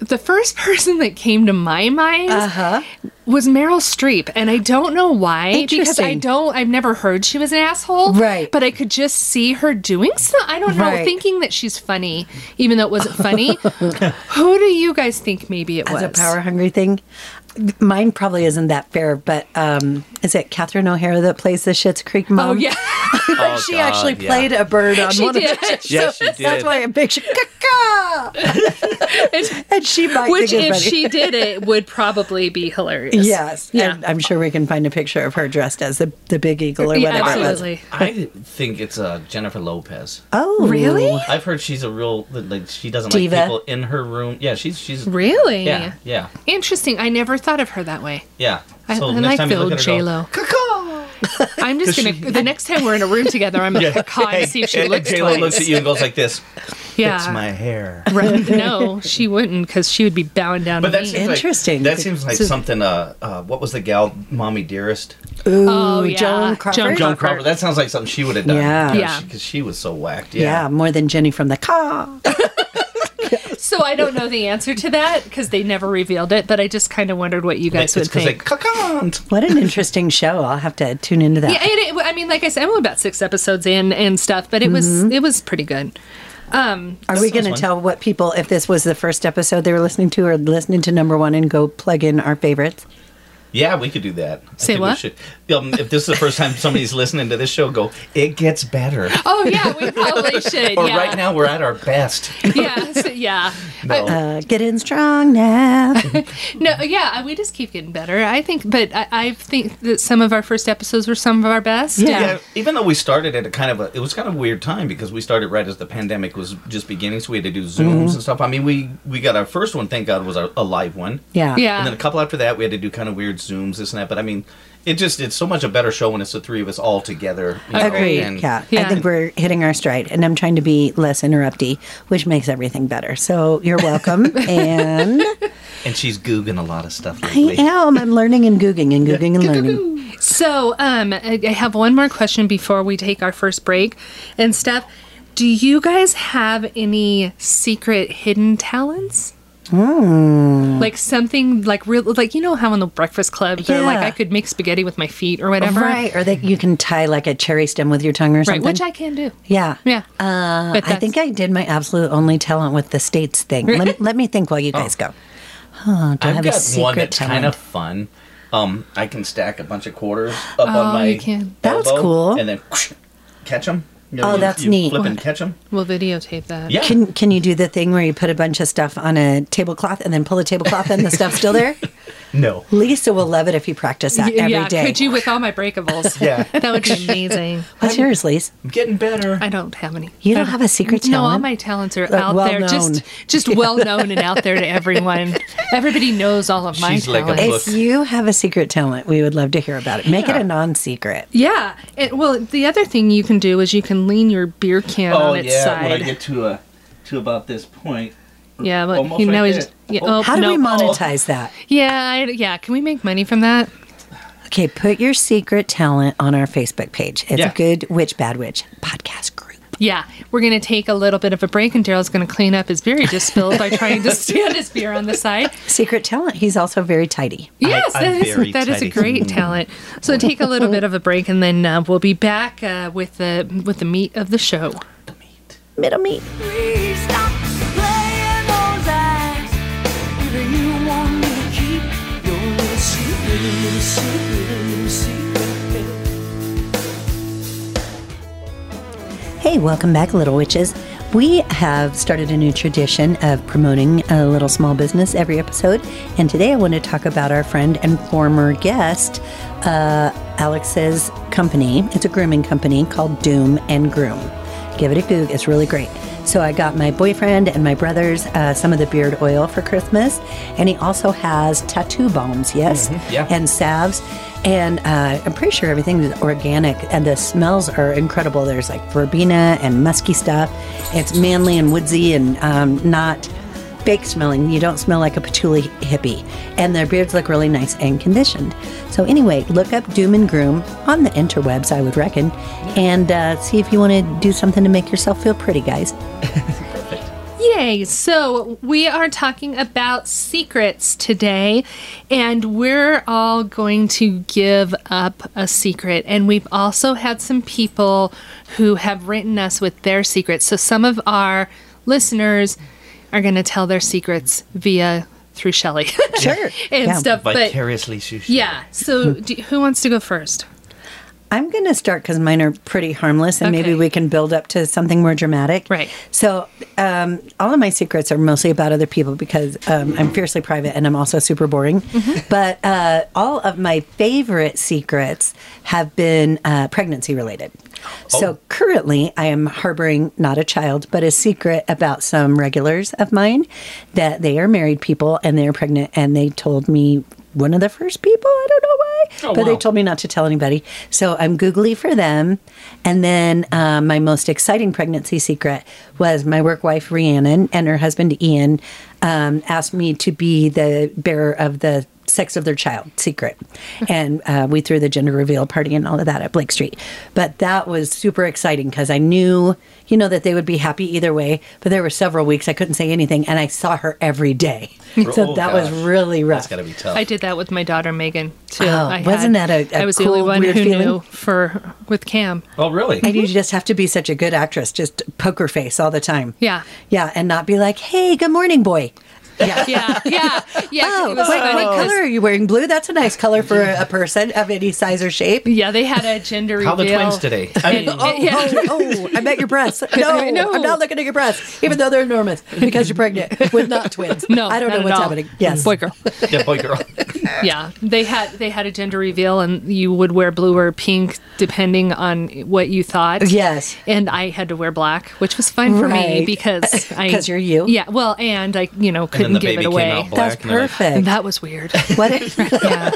Speaker 5: the first (laughs) person that came to my mind
Speaker 3: Uh-huh.
Speaker 5: was Meryl Streep, and I don't know why because I
Speaker 3: Interesting.
Speaker 5: don't I've never heard she was an asshole.
Speaker 3: Right.
Speaker 5: But I could just see her doing so I don't know,
Speaker 3: Right.
Speaker 5: thinking that she's funny, even though it
Speaker 3: (laughs)
Speaker 5: wasn't funny. Who do you guys think maybe it
Speaker 3: As
Speaker 5: was?
Speaker 3: a power hungry thing. Mine probably isn't that fair, but um, is it Catherine O'Hara that plays the Shits Creek mom?
Speaker 5: Oh
Speaker 3: (laughs)
Speaker 5: yeah. (laughs)
Speaker 4: Oh,
Speaker 3: she
Speaker 4: God,
Speaker 3: actually
Speaker 4: yeah.
Speaker 3: played a bird on
Speaker 5: She
Speaker 3: one
Speaker 5: did.
Speaker 3: of the shows.
Speaker 4: (laughs) Yes, she did.
Speaker 3: That's why I picture caca. and she might
Speaker 5: Which
Speaker 3: think
Speaker 5: if
Speaker 3: it's funny.
Speaker 5: she did it would probably be hilarious.
Speaker 3: Yes,
Speaker 5: Yeah.
Speaker 3: and I'm sure we can find a picture of her dressed as the, the big eagle or
Speaker 5: Yeah,
Speaker 3: whatever. it was.
Speaker 5: absolutely.
Speaker 4: I think it's uh, Jennifer Lopez.
Speaker 3: Oh,
Speaker 5: Really?
Speaker 4: I've heard she's a real like she doesn't
Speaker 3: Diva.
Speaker 4: like people in her room. Yeah, she's she's
Speaker 5: Really?
Speaker 4: yeah yeah
Speaker 5: Interesting. I never thought of her that way.
Speaker 4: yeah.
Speaker 5: I, I like the old J Lo. I'm just gonna. the next time we're in a room together,
Speaker 4: (laughs)
Speaker 5: I'm gonna caw and see if she looks
Speaker 4: J Lo
Speaker 5: twice.
Speaker 4: oh, looks at you and goes like this.
Speaker 5: yeah.
Speaker 4: It's
Speaker 3: Uh,
Speaker 4: my hair. (laughs)
Speaker 5: Right. No, she wouldn't, because she would be bowing down
Speaker 4: But
Speaker 5: to
Speaker 4: that
Speaker 5: me.
Speaker 4: seems like-
Speaker 3: Interesting.
Speaker 4: that seems like
Speaker 3: So-
Speaker 4: something. Uh, uh, what was the gal, Mommy Dearest?
Speaker 5: oh yeah,
Speaker 3: Joan Crawford?
Speaker 4: Joan Crawford. That sounds like something she would have done.
Speaker 3: Yeah.
Speaker 5: Yeah.
Speaker 4: Because she, was so whacked.
Speaker 3: yeah.
Speaker 4: Yeah.
Speaker 3: more than Jenny from the car.
Speaker 5: So I don't know the answer to that because they never revealed it. But I just kind of wondered what you guys would
Speaker 4: because they
Speaker 5: think.
Speaker 4: cuckold.
Speaker 3: What an interesting show! I'll have to tune into that.
Speaker 5: yeah, and it, I mean, like I said, I'm only about six episodes in and stuff, but it was it was pretty good.
Speaker 3: Are we going to
Speaker 4: fun.
Speaker 3: tell what people if this was the first episode they were listening to, or listening to number one and go plug in our favorites?
Speaker 4: Yeah, we could do that. I
Speaker 5: Say
Speaker 4: think
Speaker 5: what?
Speaker 4: We should. Um, if this is the first time somebody's listening to this show, go. It gets better.
Speaker 5: Oh yeah, (laughs) we probably should.
Speaker 4: Or
Speaker 5: yeah.
Speaker 4: right now we're at our best.
Speaker 5: (laughs) yeah, so- yeah.
Speaker 4: No.
Speaker 3: Uh, get in strong now.
Speaker 5: No, yeah, uh, we just keep getting better. I think, but I, I think that some of our first episodes were some of our best.
Speaker 3: Yeah.
Speaker 4: yeah, even though we started at a kind of a, it was kind of a weird time because we started right as the pandemic was just beginning, so we had to do zooms
Speaker 3: Mm-hmm.
Speaker 4: and stuff. I mean, we we got our first one, thank God, was a, a live one.
Speaker 3: (laughs) Yeah,
Speaker 5: Yeah.
Speaker 4: And then a couple after that, we had to do kind of weird zooms, this and that. But I mean, it just it's so much a better show when it's the three of us all together. you know,
Speaker 5: Agreed.
Speaker 4: and-
Speaker 3: Yeah,
Speaker 5: Yeah.
Speaker 3: I think we're hitting our stride, and I'm trying to be less interrupty, which makes everything better. So you're
Speaker 5: (laughs)
Speaker 3: welcome, and
Speaker 4: And she's googling a lot of stuff
Speaker 3: I
Speaker 4: lately.
Speaker 3: am. I'm learning and googing and googing and learning.
Speaker 5: So, um, I I have one more question before we take our first break and stuff. Do you guys have any secret hidden talents?
Speaker 3: Hmm.
Speaker 5: Like something like real, like you know how in the Breakfast Club they're like
Speaker 3: Yeah.
Speaker 5: I could make spaghetti with my feet or whatever,
Speaker 3: Right, or that you can tie like a cherry stem with your tongue or
Speaker 5: Right,
Speaker 3: something.
Speaker 5: which I can do.
Speaker 3: yeah,
Speaker 5: Yeah,
Speaker 3: Uh,
Speaker 5: But
Speaker 3: I think I did my absolute only talent with the states thing. let, let me think while you guys go. Oh, do I
Speaker 4: I've
Speaker 3: have a
Speaker 4: got
Speaker 3: secret
Speaker 4: one that's
Speaker 3: talent?
Speaker 4: kind of fun. Um, I can stack a bunch of quarters up on my
Speaker 5: Oh, you can.
Speaker 3: That's
Speaker 4: elbow
Speaker 3: cool.
Speaker 4: and then catch them. You know,
Speaker 3: Oh,
Speaker 4: you-
Speaker 3: that's
Speaker 4: you
Speaker 3: neat.
Speaker 4: Flip and catch them.
Speaker 5: We'll videotape that.
Speaker 4: Yeah.
Speaker 3: Can can you do the thing where you put a bunch of stuff on a tablecloth and then pull the tablecloth and the stuff's still
Speaker 5: (laughs)
Speaker 3: there?
Speaker 4: No.
Speaker 3: Lisa will love it if you practice that
Speaker 5: Y-
Speaker 3: every day.
Speaker 5: yeah, could you with all
Speaker 3: (laughs)
Speaker 5: my breakables?
Speaker 4: Yeah.
Speaker 5: that would be amazing.
Speaker 3: What's yours, Oh, Lise?
Speaker 4: I'm getting better.
Speaker 5: I don't have any.
Speaker 3: You don't
Speaker 5: I
Speaker 3: have a secret
Speaker 5: No, all
Speaker 3: talent?
Speaker 5: my talents are
Speaker 3: Like,
Speaker 5: out
Speaker 3: well
Speaker 5: there,
Speaker 3: known.
Speaker 5: just
Speaker 3: (laughs)
Speaker 5: just well known and out there to everyone. Everybody knows all of my
Speaker 4: She's like a
Speaker 5: talents.
Speaker 4: book.
Speaker 3: If you have a secret talent, we would love to hear about it. Make it a non-secret.
Speaker 5: yeah. And, well, the other thing you can do is you can lean your beer can
Speaker 4: oh
Speaker 5: on its
Speaker 4: yeah. When I
Speaker 5: side.
Speaker 4: get to a to about this point,
Speaker 5: yeah, but
Speaker 4: Almost
Speaker 5: you know,
Speaker 4: right
Speaker 5: he's-
Speaker 4: there.
Speaker 5: yeah,
Speaker 4: Oh.
Speaker 5: oh,
Speaker 3: How do
Speaker 5: no.
Speaker 3: we monetize that?
Speaker 5: Yeah, I, yeah. Can we make money from that?
Speaker 3: Okay, put your secret talent on our Facebook page. It's
Speaker 4: Yeah.
Speaker 3: Good Witch Bad Witch podcast group.
Speaker 5: Yeah, we're gonna take a little bit of a break, and Daryl's gonna clean up his beer he just spilled by trying to (laughs) stand his beer on the side.
Speaker 3: Secret talent. He's also very tidy.
Speaker 5: Yes,
Speaker 4: I'm
Speaker 5: that
Speaker 4: very
Speaker 5: is that is a
Speaker 4: tidy.
Speaker 5: great talent. So take a little bit of a break, and then uh, we'll be back uh, with the with the meat of the show.
Speaker 3: Middle me.
Speaker 6: Please stop playing those eyes. Either you want me to keep your little secret, little secret, little secret.
Speaker 3: Hey, welcome back, Little Witches. We have started a new tradition of promoting a little small business every episode. And today I want to talk about our friend and former guest, uh, Alex's company. It's a grooming company called Doom and Groom. Give it a goog, it's really great. So I got my boyfriend and my brothers uh, some of the beard oil for Christmas. And he also has tattoo balms, yes?
Speaker 4: yeah.
Speaker 3: And and salves. And uh, I'm pretty sure everything is organic, and the smells are incredible. There's like verbena and musky stuff. It's manly and woodsy and um, not fake smelling. You don't smell like a patchouli hippie. And their beards look really nice and conditioned. So, anyway, look up Doom and Groom on the interwebs, I would reckon, and uh, see if you want to do something to make yourself feel pretty, guys.
Speaker 5: Yay! So we are talking about secrets today, and we're all going to give up a secret. And we've also had some people who have written us with their secrets. So some of our listeners are going to tell their secrets via through Shelley
Speaker 3: Sure.
Speaker 5: (laughs) and
Speaker 3: Yeah.
Speaker 5: stuff. But
Speaker 4: Vicariously sushi.
Speaker 5: yeah, so do, who wants to go first?
Speaker 3: I'm going to start because mine are pretty harmless, and maybe
Speaker 5: Okay.
Speaker 3: we can build up to something more dramatic.
Speaker 5: Right.
Speaker 3: So, um, all of my secrets are mostly about other people because um, I'm fiercely private and I'm also super boring.
Speaker 5: Mm-hmm.
Speaker 3: But uh, all of my favorite secrets have been uh, pregnancy related.
Speaker 5: Oh.
Speaker 3: So, currently, I am harboring not a child, but a secret about some regulars of mine that they are married people and they're pregnant, and they told me. One of the first people, I don't know why,
Speaker 4: Oh,
Speaker 3: but they
Speaker 4: wow.
Speaker 3: told me not to tell anybody. So I'm googly for them. And then uh, my most exciting pregnancy secret was my work wife Rhiannon and her husband Ian um, asked me to be the bearer of the sex of their child
Speaker 4: (laughs)
Speaker 3: secret. and uh, we threw the gender reveal party and all of that at Blake Street. But that was super exciting because I knew, you know, that they would be happy either way. But there were several weeks I couldn't say anything and I saw her every
Speaker 4: (laughs)
Speaker 3: day. so
Speaker 4: Oh,
Speaker 3: that was
Speaker 4: gosh.
Speaker 3: really rough.
Speaker 4: That's gotta be tough.
Speaker 5: I did that with my daughter Megan too.
Speaker 3: Oh,
Speaker 5: I
Speaker 3: wasn't that a- a
Speaker 5: I was
Speaker 3: cool,
Speaker 5: the only one who
Speaker 3: weird feeling?
Speaker 5: knew for with Cam.
Speaker 4: oh really?
Speaker 3: And you just have to be such a good actress, just poker face all the time.
Speaker 5: Yeah.
Speaker 3: Yeah, and not be like, hey, good morning, boy. Yeah.
Speaker 5: Yeah, yeah, (laughs) yeah. 'cause
Speaker 3: Oh,
Speaker 5: it was
Speaker 3: what,
Speaker 5: funny
Speaker 3: what
Speaker 5: 'cause-
Speaker 3: color are you wearing? Blue? That's a nice color for a, a person of any size or shape.
Speaker 5: Yeah, they had a gender reveal.
Speaker 4: How the twins today? I mean,
Speaker 3: Oh,
Speaker 5: Yeah.
Speaker 3: oh, oh, I'm at your
Speaker 5: (laughs)
Speaker 3: breasts. No,
Speaker 5: I know.
Speaker 3: I'm not looking at your breasts, even though they're enormous because you're pregnant with not twins.
Speaker 5: No,
Speaker 3: I don't
Speaker 5: not
Speaker 3: know
Speaker 5: at
Speaker 3: what's
Speaker 5: all.
Speaker 3: happening. Yes.
Speaker 5: boy girl.
Speaker 4: yeah, boy, girl.
Speaker 5: Yeah, they had they had a gender reveal, and you would wear blue or pink depending on what you thought.
Speaker 3: Yes.
Speaker 5: and I had to wear black, which was fun for me
Speaker 3: Right. (laughs)
Speaker 5: because I
Speaker 3: 'Cause you're you.
Speaker 5: Yeah, well, and I you know
Speaker 4: And then
Speaker 5: couldn't
Speaker 4: the
Speaker 5: give
Speaker 4: baby
Speaker 5: it
Speaker 4: came
Speaker 5: away.
Speaker 4: out black.
Speaker 3: That's
Speaker 4: and they're like,
Speaker 5: And
Speaker 3: perfect.
Speaker 5: that was weird.
Speaker 3: What if-
Speaker 5: (laughs) Yeah.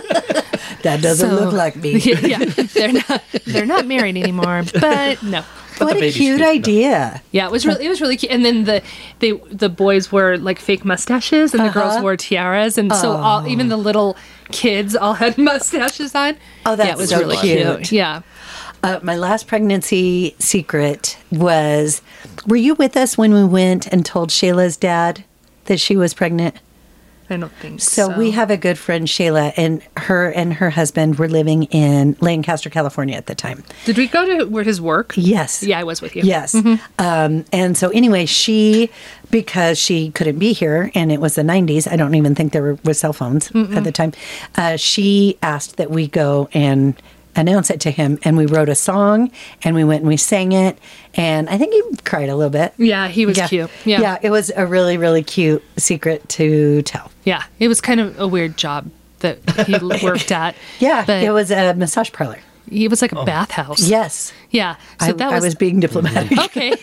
Speaker 3: that doesn't
Speaker 5: So-
Speaker 3: look like me.
Speaker 5: (laughs)
Speaker 3: (laughs)
Speaker 5: yeah, yeah. they're not they're not married anymore, but no.
Speaker 3: what a
Speaker 4: baby's
Speaker 3: cute
Speaker 4: cute. No.
Speaker 3: idea.
Speaker 5: Yeah, it was really it was really cute. And then the they the boys wore like fake mustaches, and the
Speaker 3: Uh-huh.
Speaker 5: girls wore tiaras, and so all even the little kids all (laughs) had mustaches on.
Speaker 3: Oh,
Speaker 5: yeah, it
Speaker 3: that's
Speaker 5: was
Speaker 3: so
Speaker 5: really
Speaker 3: cute.
Speaker 5: Yeah,
Speaker 3: Uh, my last pregnancy secret was were you with us when we went and told Shayla's dad that she was pregnant?
Speaker 5: I don't think so.
Speaker 3: So, we have a good friend, Shayla, and her and her husband were living in Lancaster, California at the time.
Speaker 5: Did we go to where his work?
Speaker 3: Yes.
Speaker 5: Yeah, I was with you.
Speaker 3: Yes.
Speaker 5: Mm-hmm.
Speaker 3: Um, and so, anyway, she, because she couldn't be here and it was the 90s, I don't even think there were, was cell phones at the time, uh, she asked that we go and announce it to him. And we wrote a song and we went and we sang it. And I think he cried a little bit.
Speaker 5: Yeah, he was cute. Yeah.
Speaker 3: yeah, it was a really, really cute secret to tell.
Speaker 5: Yeah, it was kind of a weird job that
Speaker 3: (laughs)
Speaker 5: he worked at.
Speaker 3: Yeah,
Speaker 5: but
Speaker 3: it was a massage parlor.
Speaker 5: It was like a bathhouse.
Speaker 3: Yes,
Speaker 5: yeah. So
Speaker 3: I,
Speaker 5: that
Speaker 3: I
Speaker 5: was,
Speaker 3: was being diplomatic.
Speaker 4: (laughs)
Speaker 5: okay.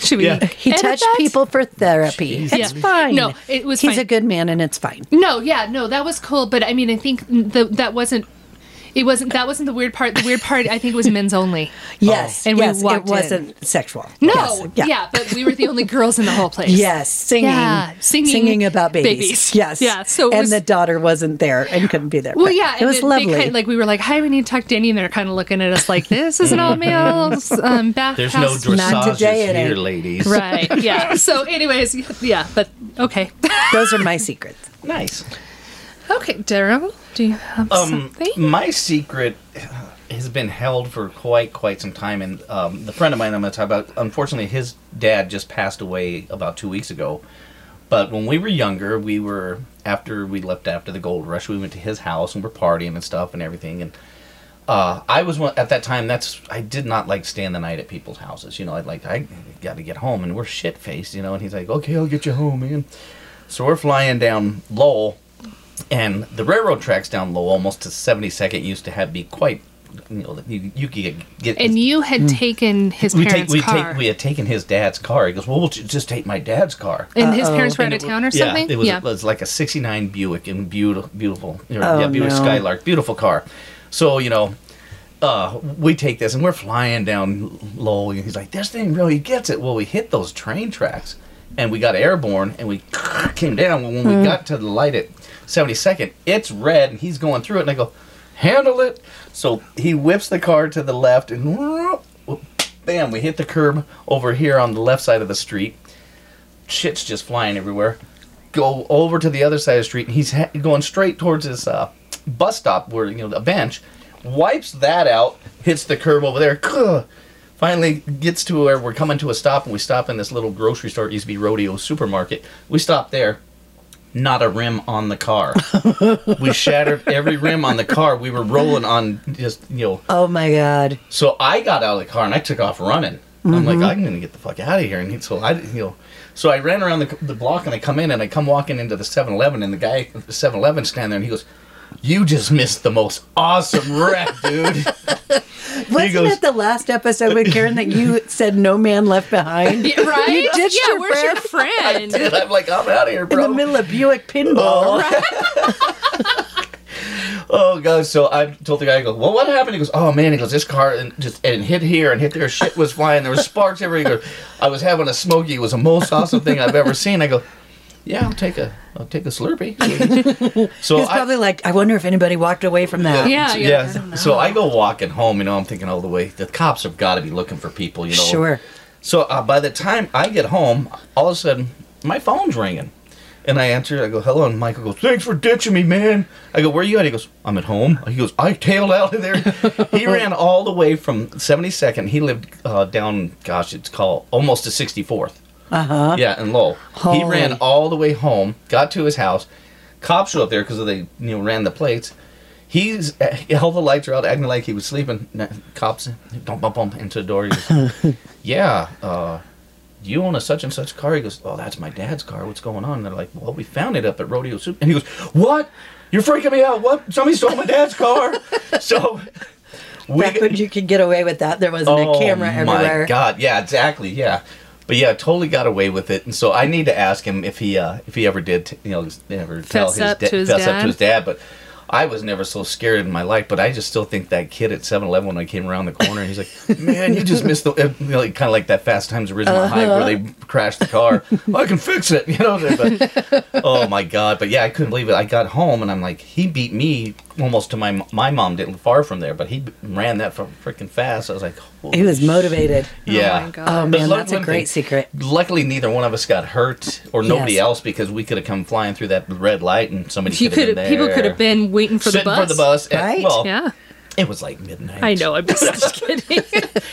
Speaker 5: Should we?
Speaker 4: Yeah.
Speaker 3: (laughs) He
Speaker 5: edit
Speaker 3: touched
Speaker 5: that?
Speaker 3: people for therapy. It's
Speaker 5: Yeah.
Speaker 3: fine.
Speaker 5: No, it was
Speaker 3: He's
Speaker 5: fine.
Speaker 3: a good man, and it's fine.
Speaker 5: No, yeah, no, that was cool. But I mean, I think the, that wasn't. It wasn't. That wasn't the weird part. The weird part, I think, was men's only.
Speaker 3: Yes,
Speaker 5: Oh. And we
Speaker 3: yes, it
Speaker 5: walked in.
Speaker 3: wasn't sexual.
Speaker 5: No,
Speaker 3: Yes,
Speaker 5: yeah. but we were the only girls in the whole place.
Speaker 3: Yes, singing,
Speaker 5: Yeah, singing
Speaker 3: about babies. (laughs)
Speaker 5: babies.
Speaker 3: Yes,
Speaker 5: Yeah, so it
Speaker 3: and
Speaker 5: was-
Speaker 3: the daughter wasn't there and couldn't be there.
Speaker 5: Well,
Speaker 3: but
Speaker 5: yeah,
Speaker 3: it was
Speaker 5: then
Speaker 3: lovely.
Speaker 5: They kind of, like we were like, "Hi, we need to talk to Danny," and they're kind of looking at us like, "This is an all male
Speaker 4: Mm-hmm.
Speaker 5: um, bathhouse."
Speaker 4: (laughs) There's no
Speaker 3: Not
Speaker 4: dressages
Speaker 3: today, it
Speaker 4: here,
Speaker 3: ain't.
Speaker 4: ladies.
Speaker 5: (laughs) right? Yeah. So, anyways, yeah, but okay,
Speaker 3: Those are my secrets.
Speaker 4: Nice.
Speaker 5: okay, Daryl, do you have
Speaker 4: Um,
Speaker 5: something?
Speaker 4: My secret has been held for quite quite some time, and um, the friend of mine I'm going to talk about. Unfortunately, his dad just passed away about two weeks ago. But when we were younger, we were after we left after the gold rush, we went to his house and we're partying and stuff and everything. And uh, I was one at that time. That's I did not like staying the night at people's houses. You know, I'd like I got to get home, and we're shit faced. You know, and he's like, "Okay, I'll get you home, man." So we're flying down Lowell, and the railroad tracks down Lowell, almost to 72nd, used to have be quite. You know, you, you could get
Speaker 5: And you had taken his
Speaker 4: Mm. we take
Speaker 5: parents'
Speaker 4: we
Speaker 5: car,
Speaker 4: take we had taken his dad's car. He goes, "Well, we'll ju- just take my dad's car."
Speaker 5: and his parents were out
Speaker 4: And
Speaker 5: of
Speaker 4: it
Speaker 5: town or
Speaker 4: was-
Speaker 5: something.
Speaker 4: Yeah, it was, it was like a 69 Buick and beautiful, beautiful, or,
Speaker 3: Oh,
Speaker 4: yeah, Buick
Speaker 3: no.
Speaker 4: Skylark, beautiful car. So, you know, uh, we take this and we're flying down Lowell. And he's like, this thing really gets it. Well, we hit those train tracks and we got airborne and we (laughs) came down. When
Speaker 5: Hmm.
Speaker 4: we got to the light at 72nd, it's red and he's going through it. And I go, handle it. So he whips the car to the left and (laughs) bam, we hit the curb over here on the left side of the street shit's just flying everywhere. Go over to the other side of the street, and he's ha- going straight towards his uh, bus stop where you know a bench. Wipes that out, hits the curb over there. Kuh. Finally gets to where we're coming to a stop, and we stop in this little grocery store. It used to be Rodeo Supermarket. We stop there. Not a rim on the car. we shattered every rim on the car. We were rolling on just you know
Speaker 3: Oh my god!
Speaker 4: so I got out of the car and I took off running. I'm
Speaker 3: Mm-hmm.
Speaker 4: like, I'm gonna get the fuck out of here. And he- so I, you know, so I ran around the, the block and I come in and I come walking into the 7-Eleven and the guy at the 7-Eleven stand there and he goes, "You just missed the most awesome wreck, dude." (laughs)
Speaker 3: Wasn't
Speaker 4: goes-
Speaker 3: it the last episode with Karen that
Speaker 4: (laughs)
Speaker 3: you said no man left behind?
Speaker 5: (laughs) Yeah, right?
Speaker 3: You ditched
Speaker 5: yeah,
Speaker 3: your
Speaker 5: where's (laughs) your friend?
Speaker 4: and I'm like, "I'm out of here,
Speaker 3: In
Speaker 4: bro."
Speaker 3: the middle of Buick (laughs) pinball.
Speaker 4: (laughs) oh god so i told the guy i go well what happened he goes oh man he goes this car and just and hit here and hit there shit was flying there was sparks everywhere he goes i was having a smoky it was the most awesome thing i've ever seen i go yeah i'll take a i'll take a slurpee (laughs) so
Speaker 3: He's probably like, I wonder if anybody walked away from that.
Speaker 5: Yeah.
Speaker 4: yeah, so i go walking home you know i'm thinking all the way the cops have got to be looking for people you
Speaker 3: (laughs)
Speaker 4: know
Speaker 3: Sure.
Speaker 4: so uh, by the time I get home, all of a sudden my phone's ringing, and I answer. it, I go, "Hello," and Michael goes, "Thanks for ditching me, man." I go, "Where you at?" He goes, "I'm at home." He goes, "I tailed out of there." he ran all the way from 72nd. He lived uh, down, gosh, it's called almost to 64th. Uh huh. Yeah, and Lowell. He
Speaker 3: Holy.
Speaker 4: ran all the way home. Got to his house. Cops show up there because they you know ran the plates. He's eh, all the lights are out, acting like he was sleeping. Cops, don't bump him into the door. He goes, yeah, uh, you own a such and such car? He goes, oh, that's my dad's car. What's going on? And they're like, well, we found it up at Rodeo Soup. And he goes, what? You're freaking me out. What? Somebody stole my
Speaker 3: (laughs)
Speaker 4: dad's car. so we Oh
Speaker 3: Back when you could get away with that, there wasn't a camera everywhere.
Speaker 4: my god! Yeah, exactly. Yeah, but yeah, totally got away with it. And so I need to ask him if he uh, if he ever did t- you know ever tell
Speaker 5: Fess
Speaker 4: his,
Speaker 5: up
Speaker 4: da-
Speaker 5: to his
Speaker 4: fess up
Speaker 5: dad?
Speaker 4: to his dad, but. I was never so scared in my life, but I just still think that kid at 7-Eleven when I came around the corner, he's like, (laughs) "Man, you just missed the you know, like, kind of like that Fast Times at Ridgemont
Speaker 5: Uh-huh.
Speaker 4: High where they crashed the car. I can fix it, (laughs) you know." But, oh my god! But yeah, I couldn't believe it. I got home and I'm like, he beat me almost to my my mom didn't far from there, but he ran that freaking fast. I was like,
Speaker 3: He was
Speaker 4: "Holy
Speaker 3: motivated.
Speaker 4: yeah.
Speaker 5: Oh my God.
Speaker 3: Oh
Speaker 4: But
Speaker 3: man,
Speaker 4: luck-
Speaker 3: that's a
Speaker 4: one
Speaker 3: great
Speaker 4: thing-
Speaker 3: secret.
Speaker 4: Luckily, neither one of us got hurt, or nobody
Speaker 3: Yes.
Speaker 4: else, because we could have come flying through that red light, and somebody
Speaker 5: You
Speaker 4: could have been
Speaker 5: could
Speaker 4: there.
Speaker 5: people could have been waiting for
Speaker 4: sitting
Speaker 5: the bus.
Speaker 4: for the bus. and-
Speaker 3: Right?
Speaker 4: well,
Speaker 5: Yeah.
Speaker 4: It was like midnight.
Speaker 5: I know. I'm just, (laughs) just kidding.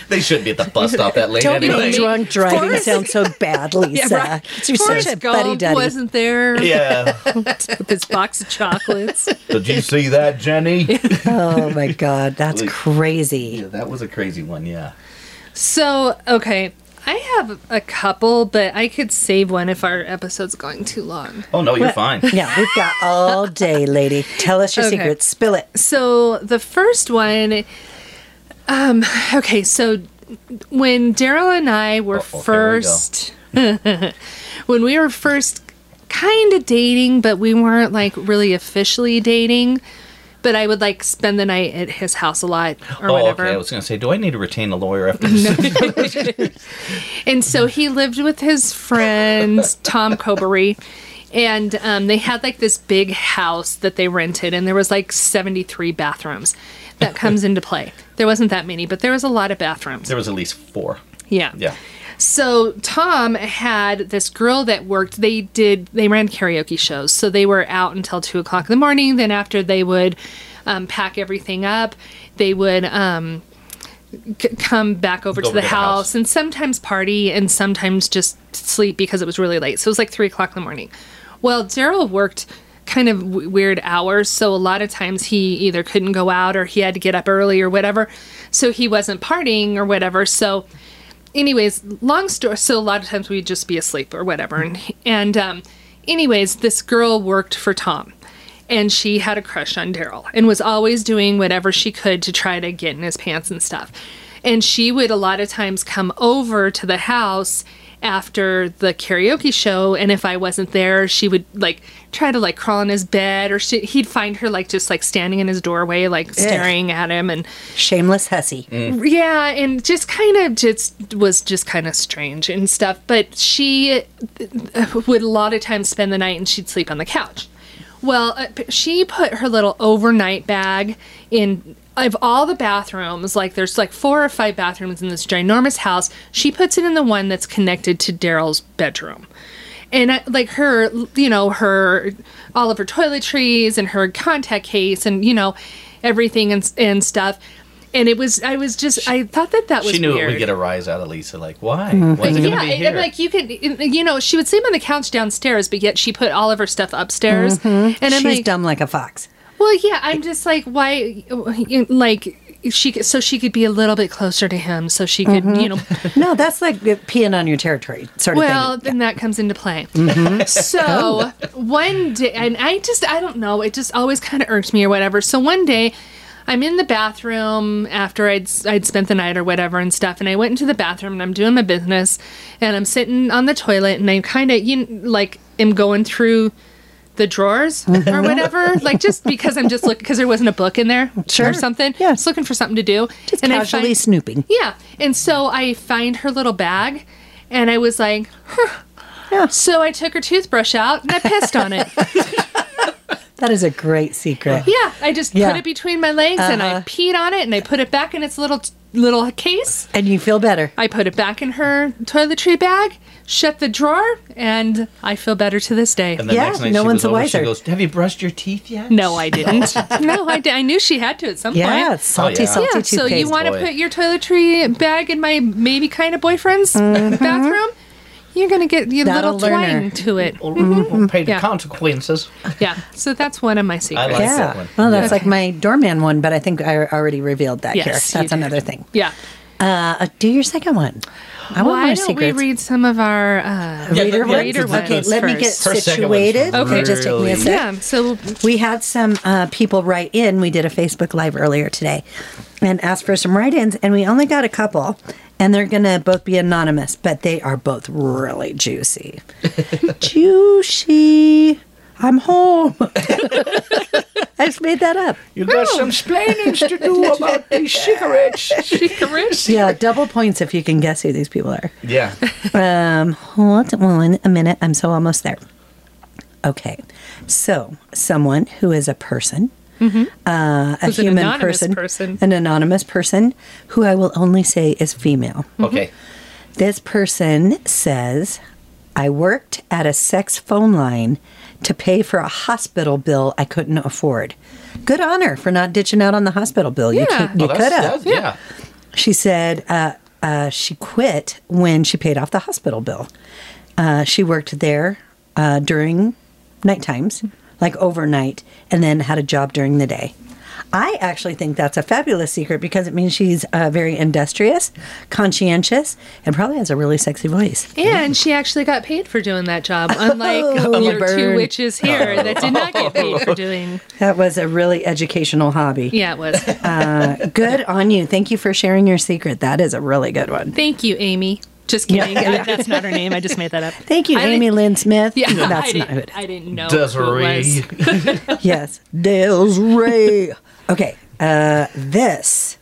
Speaker 4: They shouldn't be at the bus stop that late
Speaker 3: Don't
Speaker 4: anyway.
Speaker 3: make drunk driving sound so bad,
Speaker 5: (laughs)
Speaker 3: Lisa.
Speaker 5: right.
Speaker 3: You're such a
Speaker 5: Forrest
Speaker 3: buddy
Speaker 5: Gump
Speaker 3: duddy.
Speaker 5: wasn't there
Speaker 4: (laughs) Yeah.
Speaker 5: with his box of chocolates.
Speaker 4: Did you see that, Jenny?
Speaker 3: Oh my God, that's
Speaker 4: Luke.
Speaker 3: crazy.
Speaker 4: Yeah, that was a crazy one. Yeah.
Speaker 5: So, okay. I have a couple, but I could save one if our episode's going too long.
Speaker 4: Oh no, you're fine.
Speaker 3: Yeah, we've got all day, lady. Tell us your
Speaker 5: Okay.
Speaker 3: secrets. Spill it.
Speaker 5: So, the first one um okay, so when Daryl and I were
Speaker 4: Uh-oh, here we go.
Speaker 5: first (laughs) when we were first kind of dating, but we weren't like really officially dating, but I would like spend the night at his house a lot or
Speaker 4: Oh,
Speaker 5: whatever.
Speaker 4: okay. I was gonna say, do I need to retain a lawyer after this?
Speaker 5: And so he lived with his friends, Tom Cobery, and um, they had like this big house that they rented, and there was like 73 bathrooms. That comes into play. There wasn't that many, but there was a lot of bathrooms.
Speaker 4: There was at least four.
Speaker 5: Yeah. (laughs)
Speaker 4: Yeah.
Speaker 5: So Tom had this girl that worked. They did. They ran karaoke shows, so they were out until two o'clock in the morning. Then after they would um, pack everything up, they would um, c- come back over
Speaker 4: Go
Speaker 5: to the, house, and sometimes party and sometimes just sleep because it was really late. So it was like three o'clock in the morning. Well, Daryl worked kind of w- weird hours, so a lot of times he either couldn't go out or he had to get up early or whatever. So he wasn't partying or whatever. So anyways, long story. So a lot of times we'd just be asleep or whatever. And and um, anyways, this girl worked for Tom, and she had a crush on Daryl and was always doing whatever she could to try to get in his pants and stuff. And she would a lot of times come over to the house after the karaoke show and if i wasn't there she would like try to like crawl in his bed or she, he'd find her like just like standing in his doorway like staring at him and
Speaker 3: Shameless hussy.
Speaker 4: Mm.
Speaker 5: yeah and just kind of just was just kind of strange and stuff but she uh, would a lot of times spend the night and she'd sleep on the couch well uh, p- she put her little overnight bag in of all the bathrooms like there's like four or five bathrooms in this ginormous house she puts it in the one that's connected to daryl's bedroom and I, like her you know her all of her toiletries and her contact case and you know everything and, and stuff and it was i was just i thought that that was
Speaker 4: She knew it
Speaker 5: weird.
Speaker 4: would get a rise out of Lisa. Like, why?
Speaker 3: Mm-hmm.
Speaker 4: Why is it gonna
Speaker 5: yeah,
Speaker 4: be
Speaker 5: and-
Speaker 4: here?
Speaker 5: and like you could, you know, she would sleep on the couch downstairs, but yet she put all of her stuff upstairs. And I'm
Speaker 3: Mm-hmm. She's
Speaker 5: like,
Speaker 3: dumb like a fox.
Speaker 5: well, yeah, I'm just like, why, like she could, so she could be a little bit closer to him, so she could, you know.
Speaker 3: No, that's like uh, peeing on your territory sort of
Speaker 5: Well,
Speaker 3: thing.
Speaker 5: then that comes into play.
Speaker 3: Mm-hmm. (laughs)
Speaker 5: So one day, and I just, I don't know, it just always kind of irked me or whatever. So one day, I'm in the bathroom after I'd I'd spent the night or whatever and stuff, and I went into the bathroom and I'm doing my business, and I'm sitting on the toilet and I'm kind of you kn- like am going through the drawers or
Speaker 3: Mm-hmm.
Speaker 5: whatever, like just because I'm just looking because there wasn't a book in there or
Speaker 3: Sure.
Speaker 5: something,
Speaker 3: Yeah.
Speaker 5: just looking for something to do,
Speaker 3: Just
Speaker 5: I
Speaker 3: casually
Speaker 5: find-
Speaker 3: snooping.
Speaker 5: yeah. And so I find her little bag and I was like, huh.
Speaker 3: Yeah.
Speaker 5: So I took her toothbrush out and I pissed
Speaker 3: (laughs)
Speaker 5: on it.
Speaker 3: That is a great secret.
Speaker 5: yeah. I just
Speaker 3: Yeah. Uh-huh.
Speaker 5: put it between my legs and I peed on it and I put it back in its little little case.
Speaker 3: And you feel better.
Speaker 5: I put it back in her toiletry bag, shut the drawer, and I feel better to this day.
Speaker 4: And the
Speaker 3: Yeah,
Speaker 4: next night
Speaker 3: no
Speaker 4: she
Speaker 3: one's
Speaker 4: was
Speaker 3: the
Speaker 4: over,
Speaker 3: wiser.
Speaker 4: She goes, "Have you brushed your teeth yet?"
Speaker 5: no, I didn't. (laughs) no, I, did. I knew she had to at some
Speaker 3: Yeah,
Speaker 5: point.
Speaker 3: it's salty,
Speaker 4: Oh, yeah.
Speaker 3: salty
Speaker 5: Yeah,
Speaker 3: toothpaste.
Speaker 5: so you want to
Speaker 4: Boy.
Speaker 5: put your toiletry bag in my maybe kind of boyfriend's bathroom? You're gonna get your
Speaker 3: Mm-hmm. That'll
Speaker 5: little
Speaker 3: learn her.
Speaker 5: twang to it.
Speaker 4: (laughs) Well,
Speaker 3: Mm-hmm.
Speaker 4: we'll Pay the
Speaker 5: Yeah.
Speaker 4: consequences.
Speaker 5: Yeah, so that's one of my secrets.
Speaker 4: like-
Speaker 3: yeah.
Speaker 4: that one.
Speaker 3: Well, that's
Speaker 4: Yeah.
Speaker 3: like my doorman one, but I think I already revealed that
Speaker 5: Yes,
Speaker 3: here.
Speaker 5: you
Speaker 3: That's
Speaker 5: did.
Speaker 3: another thing.
Speaker 5: yeah.
Speaker 3: Uh, do your second one. I want
Speaker 5: Why
Speaker 3: more
Speaker 5: don't
Speaker 3: secrets.
Speaker 5: we read some of our uh,
Speaker 4: Yeah,
Speaker 3: Reader
Speaker 4: yeah,
Speaker 3: ones?
Speaker 5: reader ones
Speaker 3: Okay, let me get
Speaker 5: first.
Speaker 4: Her second one's
Speaker 3: situated.
Speaker 4: Okay.
Speaker 3: Just take me
Speaker 4: really-
Speaker 3: a sec. (laughs)
Speaker 5: yeah? So
Speaker 3: We had some uh, people write in. We did a Facebook Live earlier today and asked for some write ins, and we only got a couple. And they're going to both be anonymous, but they are both really (laughs) juicy. juicy. I'm home. (laughs) I just made that up.
Speaker 4: You got some splainings
Speaker 5: (laughs)
Speaker 4: to do about these cigarettes.
Speaker 5: secrets.
Speaker 3: Yeah, double points if you can guess who these people are.
Speaker 4: Yeah.
Speaker 3: Um, hold on a minute. I'm so almost there. Okay. So, someone who is a person, uh, a
Speaker 5: Mm-hmm. Who's an
Speaker 3: human
Speaker 5: anonymous
Speaker 3: person,
Speaker 5: person.
Speaker 3: an anonymous person who I will only say is female.
Speaker 4: Okay.
Speaker 3: This person says, I worked at a sex phone line to pay for a hospital bill I couldn't afford. Good on her for not ditching out on the hospital bill. You,
Speaker 5: Yeah.
Speaker 3: could- you
Speaker 4: Oh, that's-
Speaker 3: could have.
Speaker 4: that's- Yeah.
Speaker 3: She said uh, uh, she quit when she paid off the hospital bill. Uh, she worked there uh, during night times, like overnight, and then had a job during the day. I actually think that's a fabulous secret because it means she's uh, very industrious, conscientious, and probably has a really sexy voice.
Speaker 5: And she actually got paid for doing
Speaker 3: (laughs)
Speaker 5: that job, unlike
Speaker 3: Oh,
Speaker 5: your
Speaker 3: bird.
Speaker 5: two witches here that did not get paid for doing.
Speaker 3: That was a really educational hobby.
Speaker 5: Yeah, it was.
Speaker 3: Good on you. Thank you for sharing your secret. That is a really good one.
Speaker 5: Thank you, Amy. Just kidding. Uh, (laughs) that's not her name. I just made that up.
Speaker 3: Thank you,
Speaker 5: I
Speaker 3: Amy
Speaker 5: didn't-
Speaker 3: Lynn Smith.
Speaker 5: Yeah, I,
Speaker 3: (laughs) That's not
Speaker 5: didn't,
Speaker 3: it.
Speaker 5: I didn't know. who it was.
Speaker 4: Desiree.
Speaker 3: Yes, Dale's Ray. (laughs) okay, uh, this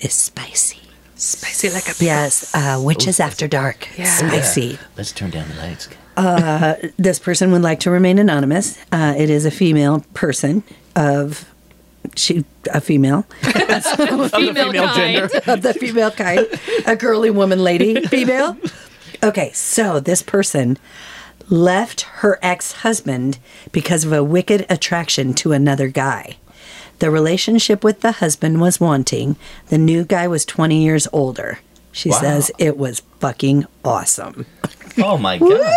Speaker 3: is spicy.
Speaker 5: Spicy like a
Speaker 3: Yes, uh, Witches After Dark. Spicy.
Speaker 4: Let's turn down the lights.
Speaker 3: This person would like to remain anonymous. Uh, it is a female person of she a (laughs) female
Speaker 5: female, kind.
Speaker 3: (laughs) of the female kind, a girly woman,
Speaker 4: (laughs)
Speaker 3: lady, female. Okay, so this person left her ex husband because of a wicked attraction to another guy. The relationship with the husband was wanting. The new guy was 20 years older. She
Speaker 4: Wow.
Speaker 3: says it was fucking awesome.
Speaker 4: Oh my gosh.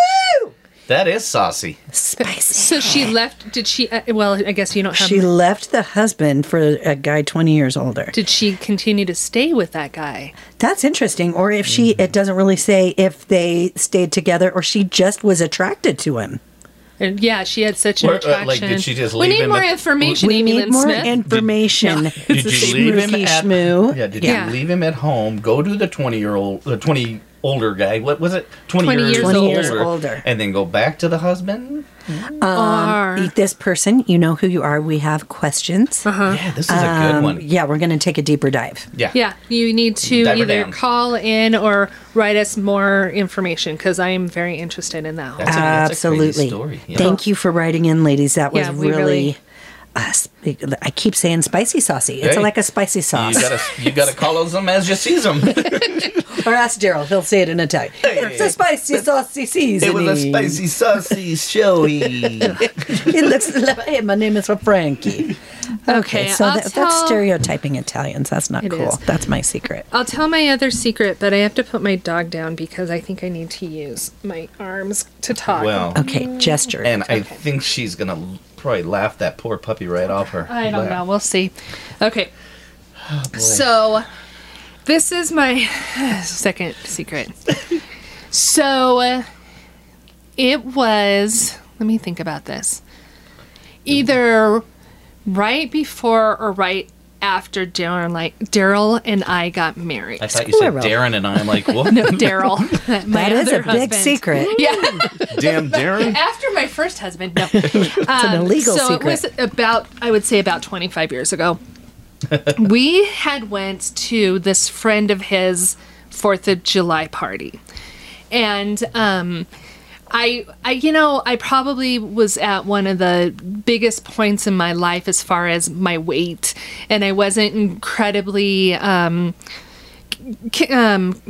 Speaker 4: That is saucy.
Speaker 3: Spicy.
Speaker 5: So she left. Did she? Uh, well, I guess you don't have.
Speaker 3: She left the husband for a guy 20 years older.
Speaker 5: did she continue to stay with that guy?
Speaker 3: That's interesting. Or if she, it doesn't really say if they stayed together or she just was attracted to him.
Speaker 5: And yeah, she had such an
Speaker 4: Or, uh,
Speaker 5: attraction.
Speaker 4: like, did she just
Speaker 5: we
Speaker 4: leave
Speaker 5: need
Speaker 4: him
Speaker 5: more
Speaker 4: at-
Speaker 5: information.
Speaker 3: We
Speaker 5: Amy
Speaker 3: need
Speaker 5: Lynn
Speaker 3: more
Speaker 5: Smith.
Speaker 3: information. (laughs)
Speaker 4: Did you leave him
Speaker 3: Smoothie
Speaker 4: at
Speaker 3: schmoo.
Speaker 4: Yeah, did
Speaker 5: Yeah.
Speaker 4: you leave him at home? Go to the 20-year-old the 20 older guy. What was it? 20,
Speaker 5: 20 years
Speaker 3: 20 years older.
Speaker 4: And then go back to the husband?
Speaker 5: Or-
Speaker 3: Eat this person. You know who you are. We have questions.
Speaker 4: Yeah, this is a good one.
Speaker 3: Um, Yeah, we're going to take a deeper dive.
Speaker 4: Yeah.
Speaker 5: Uh-huh. yeah, you need to
Speaker 4: Dive her
Speaker 5: either
Speaker 4: down.
Speaker 5: call in or write us more information because I am very interested in that.
Speaker 4: That's a- that's a crazy
Speaker 3: Absolutely.
Speaker 4: story, yeah.
Speaker 3: Thank you for writing in, ladies. That was
Speaker 5: Yeah, we
Speaker 3: really.
Speaker 5: really-
Speaker 3: uh, sp- I keep saying spicy saucy. It's
Speaker 4: Hey,
Speaker 3: like a spicy sauce.
Speaker 4: You gotta, you gotta call them as you see them.
Speaker 3: (laughs) or ask Daryl. He'll say it in Italian. It's a spicy saucy seasoning.
Speaker 4: it was a spicy,
Speaker 3: (laughs)
Speaker 4: saucy, showy.
Speaker 3: It looks (laughs) like, hey, my name is Frankie. Okay, so
Speaker 5: I'll
Speaker 3: that, that's
Speaker 5: tell-
Speaker 3: stereotyping Italians. That's not
Speaker 5: It
Speaker 3: cool.
Speaker 5: is.
Speaker 3: That's my secret.
Speaker 5: I'll tell my other secret, but I have to put my dog down because I think I need to use my arms to talk.
Speaker 4: well,
Speaker 3: Okay, gesture.
Speaker 4: and I think she's gonna l- probably laugh that poor puppy right off her.
Speaker 5: I don't
Speaker 4: lap.
Speaker 5: know. We'll see. Okay. so, this is my (sighs) second secret. so, uh, it was, let me think about this. Either right before or right after Daryl and, like, Daryl and I got married.
Speaker 4: I thought you said
Speaker 3: Squirrel.
Speaker 4: Darren and I'm like, what?
Speaker 5: Daryl. my
Speaker 3: that is a
Speaker 5: other
Speaker 3: big
Speaker 5: husband.
Speaker 3: secret.
Speaker 5: Yeah.
Speaker 4: Damn Darren.
Speaker 5: After my first husband, no. it's
Speaker 3: an illegal
Speaker 5: so
Speaker 3: secret.
Speaker 5: it was about, I would say, about 25 years ago. we had went to this friend of his Fourth of July party, and um, I, I, you know, I probably was at one of the biggest points in my life as far as my weight, and I wasn't incredibly. Um, c- um,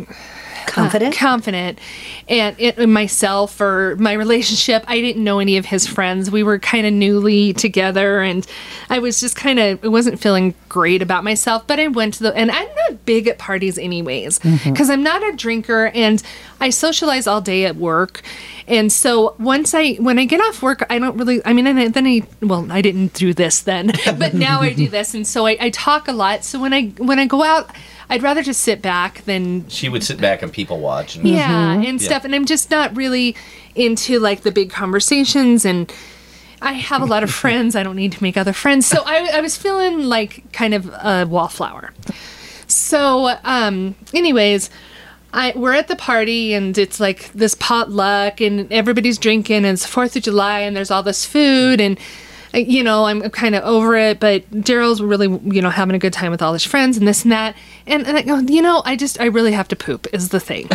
Speaker 3: Confident?
Speaker 5: confident and it, in myself or my relationship i didn't know any of his friends we were kind of newly together and i was just kind of it wasn't feeling great about myself but i went to the and i'm not big at parties anyways because i'm not a drinker and i socialize all day at work and so once i when i get off work i don't really i mean and I- then i well i didn't do this then (laughs) but now i do this and so I, I talk a lot so when i when i go out i'd rather just sit back than
Speaker 4: She would sit back and people watch.
Speaker 5: (laughs)
Speaker 4: And
Speaker 5: yeah and stuff and i'm just not really into like the big conversations and i have a lot of friends i don't need to make other friends so i, I was feeling like kind of a wallflower so um anyways I, we're at the party and it's like this potluck and everybody's drinking and it's fourth of july and there's all this food and uh, you know i'm kind of over it but daryl's really you know having a good time with all his friends and this and that and, and i go you know i just i really have to poop is
Speaker 3: (laughs)
Speaker 5: the thing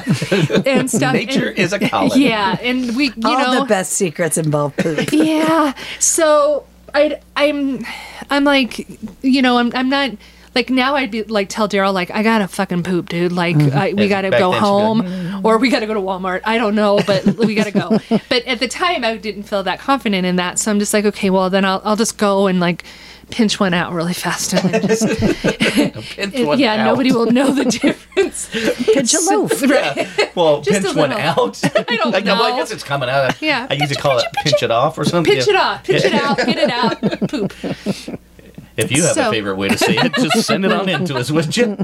Speaker 5: and stuff
Speaker 4: Nature
Speaker 5: and-
Speaker 4: is a college.
Speaker 5: (laughs) yeah and we you
Speaker 3: All
Speaker 5: know
Speaker 3: the best secrets
Speaker 5: (laughs)
Speaker 3: involve poop.
Speaker 5: yeah. So I I'm I'm like you know I'm I'm not like now I'd be like tell Daryl like I gotta fucking poop, dude. Like I, we
Speaker 4: And Mm-hmm.
Speaker 5: gotta
Speaker 4: back
Speaker 5: go
Speaker 4: then "Mm." she'd be
Speaker 5: home
Speaker 4: like,
Speaker 5: or we gotta go to Walmart. I don't know, but we
Speaker 4: (laughs)
Speaker 5: gotta go. But at the time I didn't feel that confident in that, so I'm just like okay, well then I'll I'll just go and like pinch one out really fast and then just
Speaker 4: (laughs) Pinch
Speaker 5: it-
Speaker 4: one
Speaker 5: yeah,
Speaker 4: out.
Speaker 5: nobody will know the (laughs) difference.
Speaker 3: Pinch a loaf.
Speaker 5: right.
Speaker 4: (laughs) Well,
Speaker 5: Just a
Speaker 4: pinch one
Speaker 5: little.
Speaker 4: out. I
Speaker 5: don't
Speaker 4: like, Well, I
Speaker 5: know.
Speaker 4: guess it's coming out.
Speaker 5: Yeah.
Speaker 4: I usually call it pinch it off or something.
Speaker 5: Pinch
Speaker 4: Yeah.
Speaker 5: it off, pinch it out, get
Speaker 4: (laughs)
Speaker 5: it out, poop.
Speaker 4: If you have a
Speaker 5: So-
Speaker 4: favorite way to say it, just send it on into us, would you?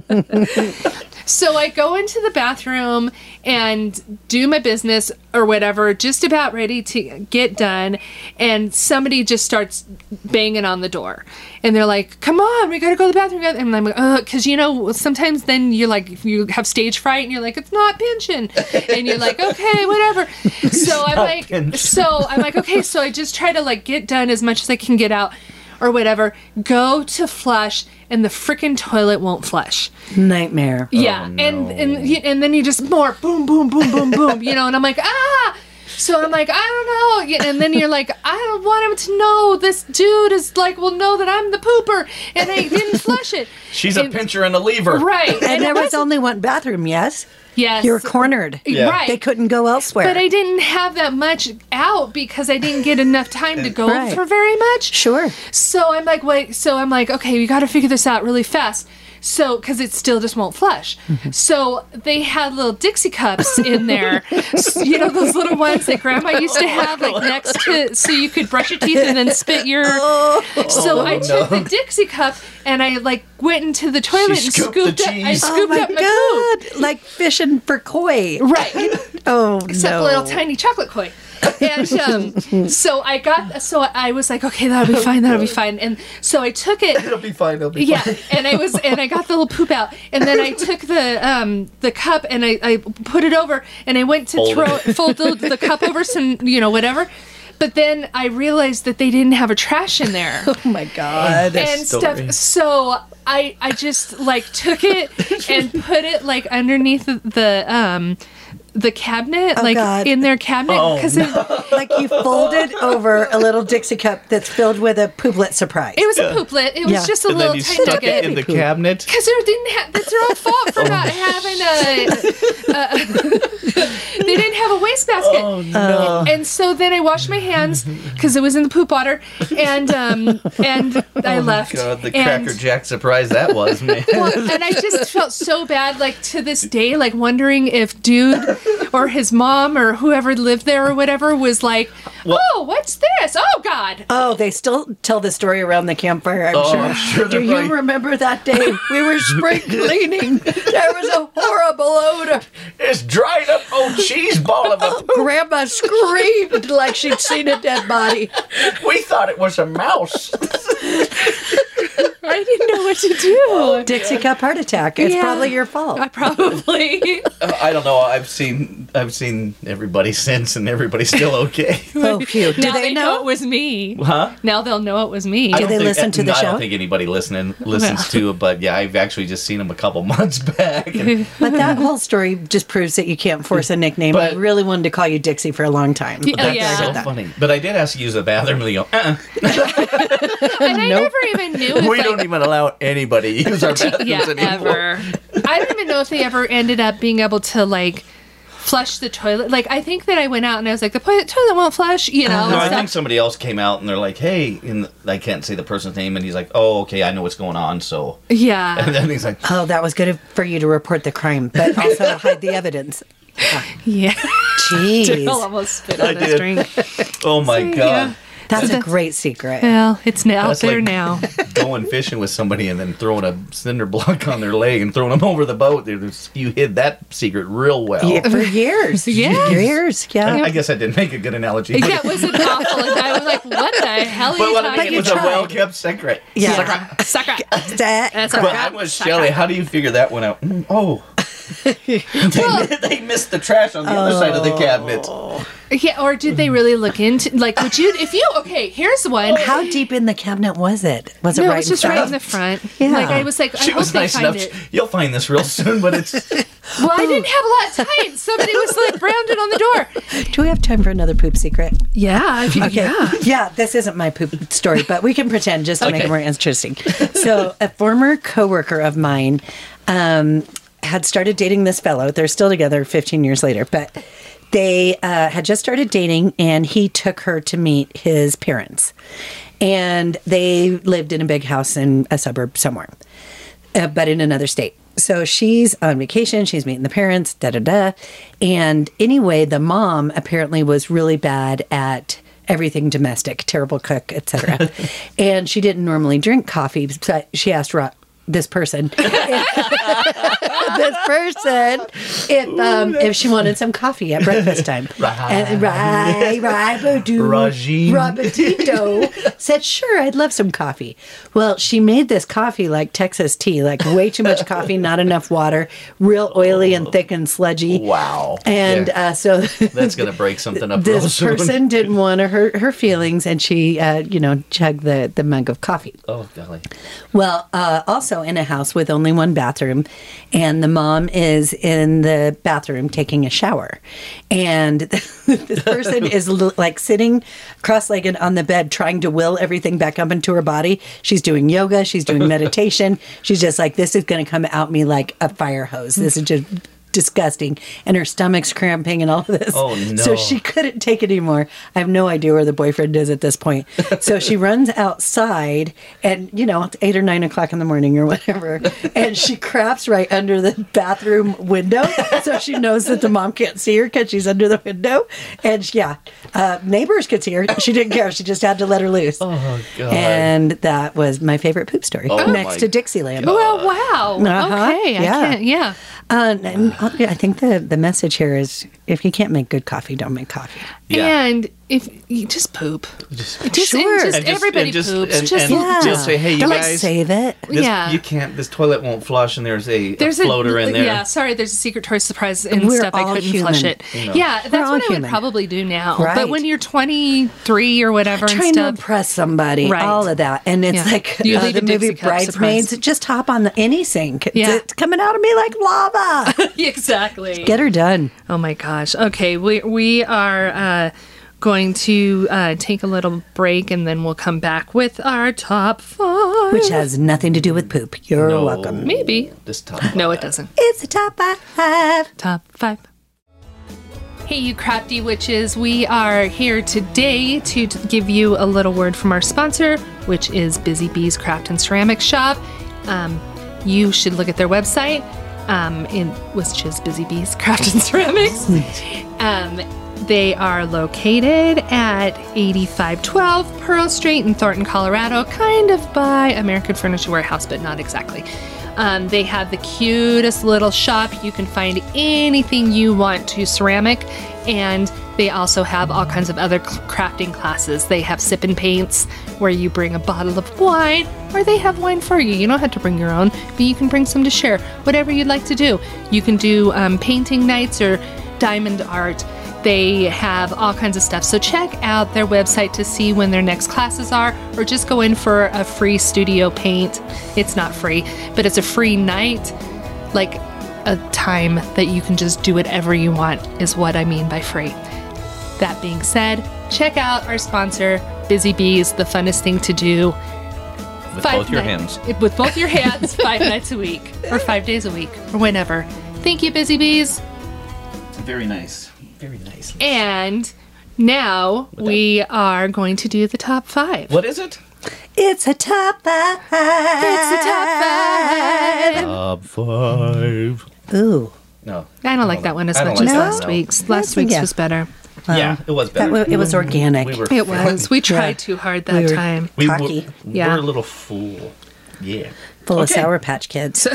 Speaker 5: So I go into the bathroom and do my business or whatever, just about ready to get done. And somebody just starts banging on the door. And they're like, come on, we gotta go to the bathroom. And I'm like, oh, because you know, sometimes then you're like, you have stage fright and you're like, it's not pinching. And you're like, okay, whatever. So I'm
Speaker 4: not
Speaker 5: like,
Speaker 4: pinching.
Speaker 5: so I'm like, okay, so I just try to like get done as much as I can get out or whatever. Go to flush and the freaking toilet won't flush.
Speaker 3: Nightmare.
Speaker 5: Yeah, and and y- and then you just more boom, boom, boom, boom, boom. You know, and I'm like ah. So I'm like I don't know, y- and then you're like I don't want him to know. This dude is like will know that I'm the pooper, and I didn't
Speaker 3: (laughs)
Speaker 5: flush it.
Speaker 4: She's a
Speaker 5: It-
Speaker 4: pincher and a lever.
Speaker 5: Right,
Speaker 3: And
Speaker 5: it
Speaker 3: there was
Speaker 5: wasn't-
Speaker 3: only one bathroom, yes?
Speaker 5: yes,
Speaker 3: You were cornered.
Speaker 5: right.
Speaker 3: They couldn't go elsewhere.
Speaker 5: but I didn't have that much out because I didn't get enough time to go
Speaker 3: Right.
Speaker 5: for very much.
Speaker 3: Sure.
Speaker 5: So I'm like, wait. So I'm like, okay, we got to figure this out really fast. So, because it still just won't flush. So they had little Dixie cups in there, S- you know those little ones that Grandma used to have, like next to, so you could brush your teeth and then spit your. so I took the Dixie cup and I like went into the toilet and
Speaker 4: scooped
Speaker 5: scooped,
Speaker 4: the
Speaker 5: up. I
Speaker 4: cheese.
Speaker 3: oh
Speaker 5: scooped
Speaker 3: my
Speaker 5: up my
Speaker 3: God. Like fishing for koi.
Speaker 5: poop. Right
Speaker 3: Oh,
Speaker 5: except
Speaker 3: no.
Speaker 5: a little tiny chocolate koi. And um, so I got, so I was like, okay, that'll be fine, that'll be fine. And so I took it,
Speaker 4: It'll be fine. It'll be
Speaker 5: yeah. And I was, and I got the little poop out, and then
Speaker 4: (laughs)
Speaker 5: I took the um, the cup and I, I put it over, and I went to
Speaker 4: Fold
Speaker 5: throw fold the, the
Speaker 4: (laughs)
Speaker 5: cup over some, you know, whatever. But then I realized that they didn't have a trash
Speaker 4: (laughs)
Speaker 5: in there
Speaker 3: Oh my God.
Speaker 5: (laughs) and
Speaker 4: story.
Speaker 5: stuff. So I I just like took it and
Speaker 4: (laughs)
Speaker 5: put it like underneath the, the um the cabinet,
Speaker 3: Oh,
Speaker 5: like
Speaker 3: God.
Speaker 5: in their cabinet
Speaker 4: Oh,
Speaker 5: because it,
Speaker 3: like you folded over a little Dixie cup that's filled with a pooplet surprise.
Speaker 5: it
Speaker 4: (laughs)
Speaker 5: was a pooplet. It was
Speaker 3: Yeah.
Speaker 5: just a
Speaker 4: And
Speaker 5: little
Speaker 4: then you
Speaker 5: tiny
Speaker 4: stuck it in the
Speaker 3: Cool.
Speaker 4: cabinet.
Speaker 5: because they didn't have that's their own fault
Speaker 4: (laughs) Oh,
Speaker 5: for not having a. a- (laughs) they didn't have a wastebasket. Oh no! And so then I washed my
Speaker 4: (laughs)
Speaker 5: hands because it was in the poop water, and um
Speaker 4: (laughs)
Speaker 5: and I left.
Speaker 4: Oh, God, the
Speaker 5: and,
Speaker 4: Cracker Jack surprise that was, man.
Speaker 5: Well, (laughs) and I just felt so bad, like to this day, like wondering if dude or his mom or whoever lived there or whatever was like, oh, what's this? Oh
Speaker 4: (laughs)
Speaker 5: God.
Speaker 3: Oh, they still tell the story around the campfire, I'm
Speaker 4: Oh,
Speaker 3: sure.
Speaker 4: I'm sure
Speaker 3: Do
Speaker 4: they're
Speaker 3: you
Speaker 4: like-
Speaker 3: remember that day we (laughs) were spring cleaning? There was a horrible odor.
Speaker 4: it's dried up old cheese ball of a.
Speaker 3: Grandma screamed like she'd seen a dead body.
Speaker 4: We thought it was a mouse.
Speaker 5: I didn't know what to
Speaker 4: Oh,
Speaker 5: do.
Speaker 3: Dixie cup heart attack. It's
Speaker 5: Yeah.
Speaker 3: probably your fault.
Speaker 5: (laughs) I probably.
Speaker 4: Uh, I don't know. I've seen I've seen everybody since, and everybody's still (laughs) okay.
Speaker 3: Oh, phew. Do
Speaker 5: now
Speaker 3: they, know?
Speaker 5: it was me. Now they'll know it was me.
Speaker 4: I don't
Speaker 5: (laughs)
Speaker 3: they
Speaker 4: think-
Speaker 3: listen to the
Speaker 4: no, I
Speaker 3: show?
Speaker 4: don't think anybody listening listens to it, but yeah, I've actually just seen them a couple (laughs) months
Speaker 5: (laughs)
Speaker 4: back. and-
Speaker 3: But (laughs) that whole story just proves that you can't force a nickname. I
Speaker 4: But-
Speaker 3: really wanted to call you Dixie for a long time.
Speaker 5: Yeah,
Speaker 3: That's-
Speaker 5: yeah.
Speaker 3: I
Speaker 4: so
Speaker 3: get that.
Speaker 4: funny. But I did ask you to use the bathroom, and they go, uh-uh.
Speaker 5: and I never
Speaker 4: (laughs)
Speaker 5: even knew. if,
Speaker 4: we
Speaker 5: like,
Speaker 4: don't even allow anybody to use
Speaker 5: (laughs)
Speaker 4: our bathrooms
Speaker 5: yeah,
Speaker 4: anymore.
Speaker 5: ever. I don't even know if they ever ended up being able to like flush the toilet. Like I think that I went out and I was like, the po- toilet won't flush. You know. and
Speaker 4: No, I
Speaker 5: stuff.
Speaker 4: think somebody else came out and they're like, "Hey," and I can't say the person's name, and he's like, "Oh, okay, I know what's going on." So,
Speaker 5: (laughs)
Speaker 4: (laughs)
Speaker 5: Yeah.
Speaker 4: and then he's like,
Speaker 3: Oh, that was good for you to report the crime, but (laughs) also hide the evidence.
Speaker 5: (laughs) Yeah. Daryl
Speaker 3: Jeez.
Speaker 5: almost spit
Speaker 4: I
Speaker 5: on this
Speaker 4: did.
Speaker 5: drink.
Speaker 4: "Oh my god,
Speaker 5: yeah.
Speaker 3: That's a great secret.
Speaker 5: Well, it's now out
Speaker 4: That's
Speaker 5: there
Speaker 4: like- (laughs)
Speaker 5: now.
Speaker 4: going fishing with somebody and then throwing a cinder block on their leg and throwing them over the boat. There's, you hid that secret real well."
Speaker 3: Yeah, for (laughs) years.
Speaker 5: Yes.
Speaker 3: Years, yeah.
Speaker 4: I guess I didn't make a good analogy.
Speaker 5: That was an awful. And I was like, "What the hell are
Speaker 4: But
Speaker 5: you
Speaker 4: what I mean,
Speaker 5: talking
Speaker 4: it was
Speaker 3: tried.
Speaker 4: a well kept secret.
Speaker 3: Yeah.
Speaker 5: about?" Sucker.
Speaker 3: That-
Speaker 5: That's all
Speaker 4: But
Speaker 5: right.
Speaker 4: I'm with Shelly. How do you figure that one out? Mm, oh. they, (laughs) they missed the trash on the other side of the cabinet.
Speaker 5: Yeah, or did they really look into like? Would you if you okay? Here's one.
Speaker 4: Oh,
Speaker 3: How deep in the cabinet was it? Was it
Speaker 5: no,
Speaker 3: right
Speaker 5: it's just
Speaker 3: in
Speaker 5: right
Speaker 3: front?
Speaker 5: in the front.
Speaker 3: Yeah.
Speaker 5: Like I was like, I
Speaker 4: She
Speaker 5: hope
Speaker 4: was
Speaker 5: they
Speaker 4: nice
Speaker 5: find
Speaker 4: enough.
Speaker 5: it.
Speaker 4: You'll find this real soon, but it's
Speaker 5: Well, I didn't have
Speaker 4: (laughs)
Speaker 5: a lot of time. Somebody was like rounded on the door.
Speaker 3: Do we have time for another poop secret?
Speaker 5: Yeah. If you, Yeah.
Speaker 3: Yeah, this isn't my poop story, but we can pretend just to make
Speaker 4: Okay.
Speaker 3: it more interesting. So, a former coworker of mine um, had started dating this fellow. They're still together 15 years later, but they uh, had just started dating, and he took her to meet his parents. and they lived in a big house in a suburb somewhere, uh, but in another state. So she's on vacation, she's meeting the parents, da da da. And anyway, the mom apparently was really bad at everything domestic, terrible cook, etc. and she didn't normally drink coffee, but she asked Ro- this person this person if um, if she wanted some coffee at breakfast time. And Rai Rai Bodu
Speaker 4: Rajin.
Speaker 3: Robertito
Speaker 4: (laughs)
Speaker 3: said, "Sure, I'd love some coffee." Well, she made this coffee like Texas tea, like way too much coffee, not enough water, real oily and thick and sludgy.
Speaker 4: Oh. Wow.
Speaker 3: And
Speaker 4: Yeah.
Speaker 3: uh, so (laughs)
Speaker 4: That's gonna break something up. real
Speaker 3: this
Speaker 4: soon.
Speaker 3: person didn't want to hurt her feelings, and she, uh, you know, chugged the the mug of coffee.
Speaker 4: Oh golly.
Speaker 3: Well, uh, also in a house with only one bathroom, and the mom is in the bathroom taking a shower, and (laughs) this person is l- like sitting cross-legged on the bed, trying to will everything back up into her body. She's doing yoga, she's
Speaker 4: (laughs)
Speaker 3: doing meditation. She's just like, this is going to come out me like a fire hose. This is just disgusting and her stomach's cramping and all of this
Speaker 4: Oh,
Speaker 3: so
Speaker 4: no.
Speaker 3: she couldn't take it anymore. I have no idea where the boyfriend is at this point. So
Speaker 4: (laughs)
Speaker 3: she runs outside and, you know, it's eight or nine o'clock in the morning or whatever. And she craps right under the bathroom window. So she knows that the mom can't see her because she's under the window. And she- yeah, uh, neighbors could see her. She didn't care. She just had to let her loose.
Speaker 4: Oh god.
Speaker 3: And that was my favorite poop story
Speaker 4: Oh,
Speaker 3: next
Speaker 4: my
Speaker 3: to Dixieland.
Speaker 5: Well, wow.
Speaker 3: Uh-huh.
Speaker 5: Okay. I
Speaker 3: Yeah.
Speaker 5: can't. Yeah.
Speaker 3: Uh, and I think the, the message here is if you can't make good coffee, don't make coffee.
Speaker 4: yeah.
Speaker 5: And if you just poop, just, and
Speaker 3: Sure.
Speaker 5: just
Speaker 4: And (laughs) just-
Speaker 5: everybody
Speaker 4: and just-
Speaker 5: poops.
Speaker 4: and-
Speaker 5: just
Speaker 4: and- Yeah. Just say, "Hey, you
Speaker 3: Don't like
Speaker 4: guys."
Speaker 3: save it.
Speaker 4: This,
Speaker 5: yeah.
Speaker 4: You can't. This toilet won't flush, and there's a, a floater in there.
Speaker 5: Yeah, sorry, there's a secret toy surprise and
Speaker 3: We're
Speaker 5: stuff. I
Speaker 3: all
Speaker 5: couldn't flush
Speaker 3: human.
Speaker 5: it. Yeah, that's
Speaker 3: all
Speaker 5: what I would
Speaker 3: human.
Speaker 5: probably do now.
Speaker 3: Right.
Speaker 5: But when you're 23 or whatever
Speaker 3: Trying
Speaker 5: and
Speaker 3: to
Speaker 5: stuff,
Speaker 3: impress somebody,
Speaker 5: Right.
Speaker 3: all of that, and it's
Speaker 5: Yeah.
Speaker 3: like
Speaker 5: You
Speaker 3: uh,
Speaker 5: leave
Speaker 3: the
Speaker 5: a Dixie
Speaker 3: movie
Speaker 5: cup surprise.
Speaker 3: Bridesmaids. Just hop on the any sink. It's-
Speaker 5: Yeah.
Speaker 3: It's coming out of me like
Speaker 5: (laughs)
Speaker 3: lava.
Speaker 5: exactly.
Speaker 3: Get her done.
Speaker 5: Oh my gosh. Okay, we we are uh, going to uh, take a little break and then we'll come back with our top five.
Speaker 3: Which has nothing to do with poop. You're welcome.
Speaker 5: maybe.
Speaker 4: This top.
Speaker 5: No, it doesn't.
Speaker 3: It's the top five.
Speaker 5: Top five. Hey, you crafty witches. We are here today to t- give you a little word from our sponsor, which is Busy Bees Craft and Ceramic Shop. Um, you should look at their website, um, in, which is Busy Bees Craft and Ceramics. Um, they are located at 8512 Pearl Street in Thornton, Colorado, kind of by American Furniture Warehouse, but not exactly. Um, they have the cutest little shop. You can find anything you want to ceramic, and they also have all kinds of other cl- crafting classes. They have sip and paints, where you bring a bottle of wine, or they have wine for you. You don't have to bring your own, but you can bring some to share. Whatever you'd like to do, you can do um, painting nights or diamond art. They have all kinds of stuff. So check out their website to see when their next classes are, or just go in for a free studio paint. It's not free, but it's a free night, like a time that you can just do whatever you want, is what I mean by free. That being said, check out our sponsor, Busy Bees, the funnest thing to do.
Speaker 4: With
Speaker 5: Five
Speaker 4: both your
Speaker 5: night-
Speaker 4: hands.
Speaker 5: With
Speaker 4: (laughs)
Speaker 5: both your hands, five nights a week, or five days a week, or whenever. Thank you, Busy Bees.
Speaker 4: Very nice. Very nice.
Speaker 5: And now we are going to do the top five.
Speaker 4: What is it?
Speaker 3: It's a top five.
Speaker 5: It's the top five.
Speaker 4: Top five.
Speaker 3: Ooh,
Speaker 4: No.
Speaker 5: I don't like that one as
Speaker 4: I don't
Speaker 5: much
Speaker 4: like
Speaker 5: as
Speaker 4: that
Speaker 5: last
Speaker 4: one, no.
Speaker 5: week's. Last
Speaker 3: That's-
Speaker 5: week's
Speaker 3: yeah.
Speaker 5: was better.
Speaker 4: yeah, it was
Speaker 3: that
Speaker 4: better.
Speaker 3: wa- it was organic.
Speaker 4: we were.
Speaker 5: It was. We tried
Speaker 3: Yeah.
Speaker 5: too hard that
Speaker 3: We were-
Speaker 5: time.
Speaker 4: We were,
Speaker 3: Cocky.
Speaker 5: Yeah.
Speaker 4: we're a little fool. Yeah.
Speaker 3: full of
Speaker 4: Okay.
Speaker 3: Sour Patch Kids.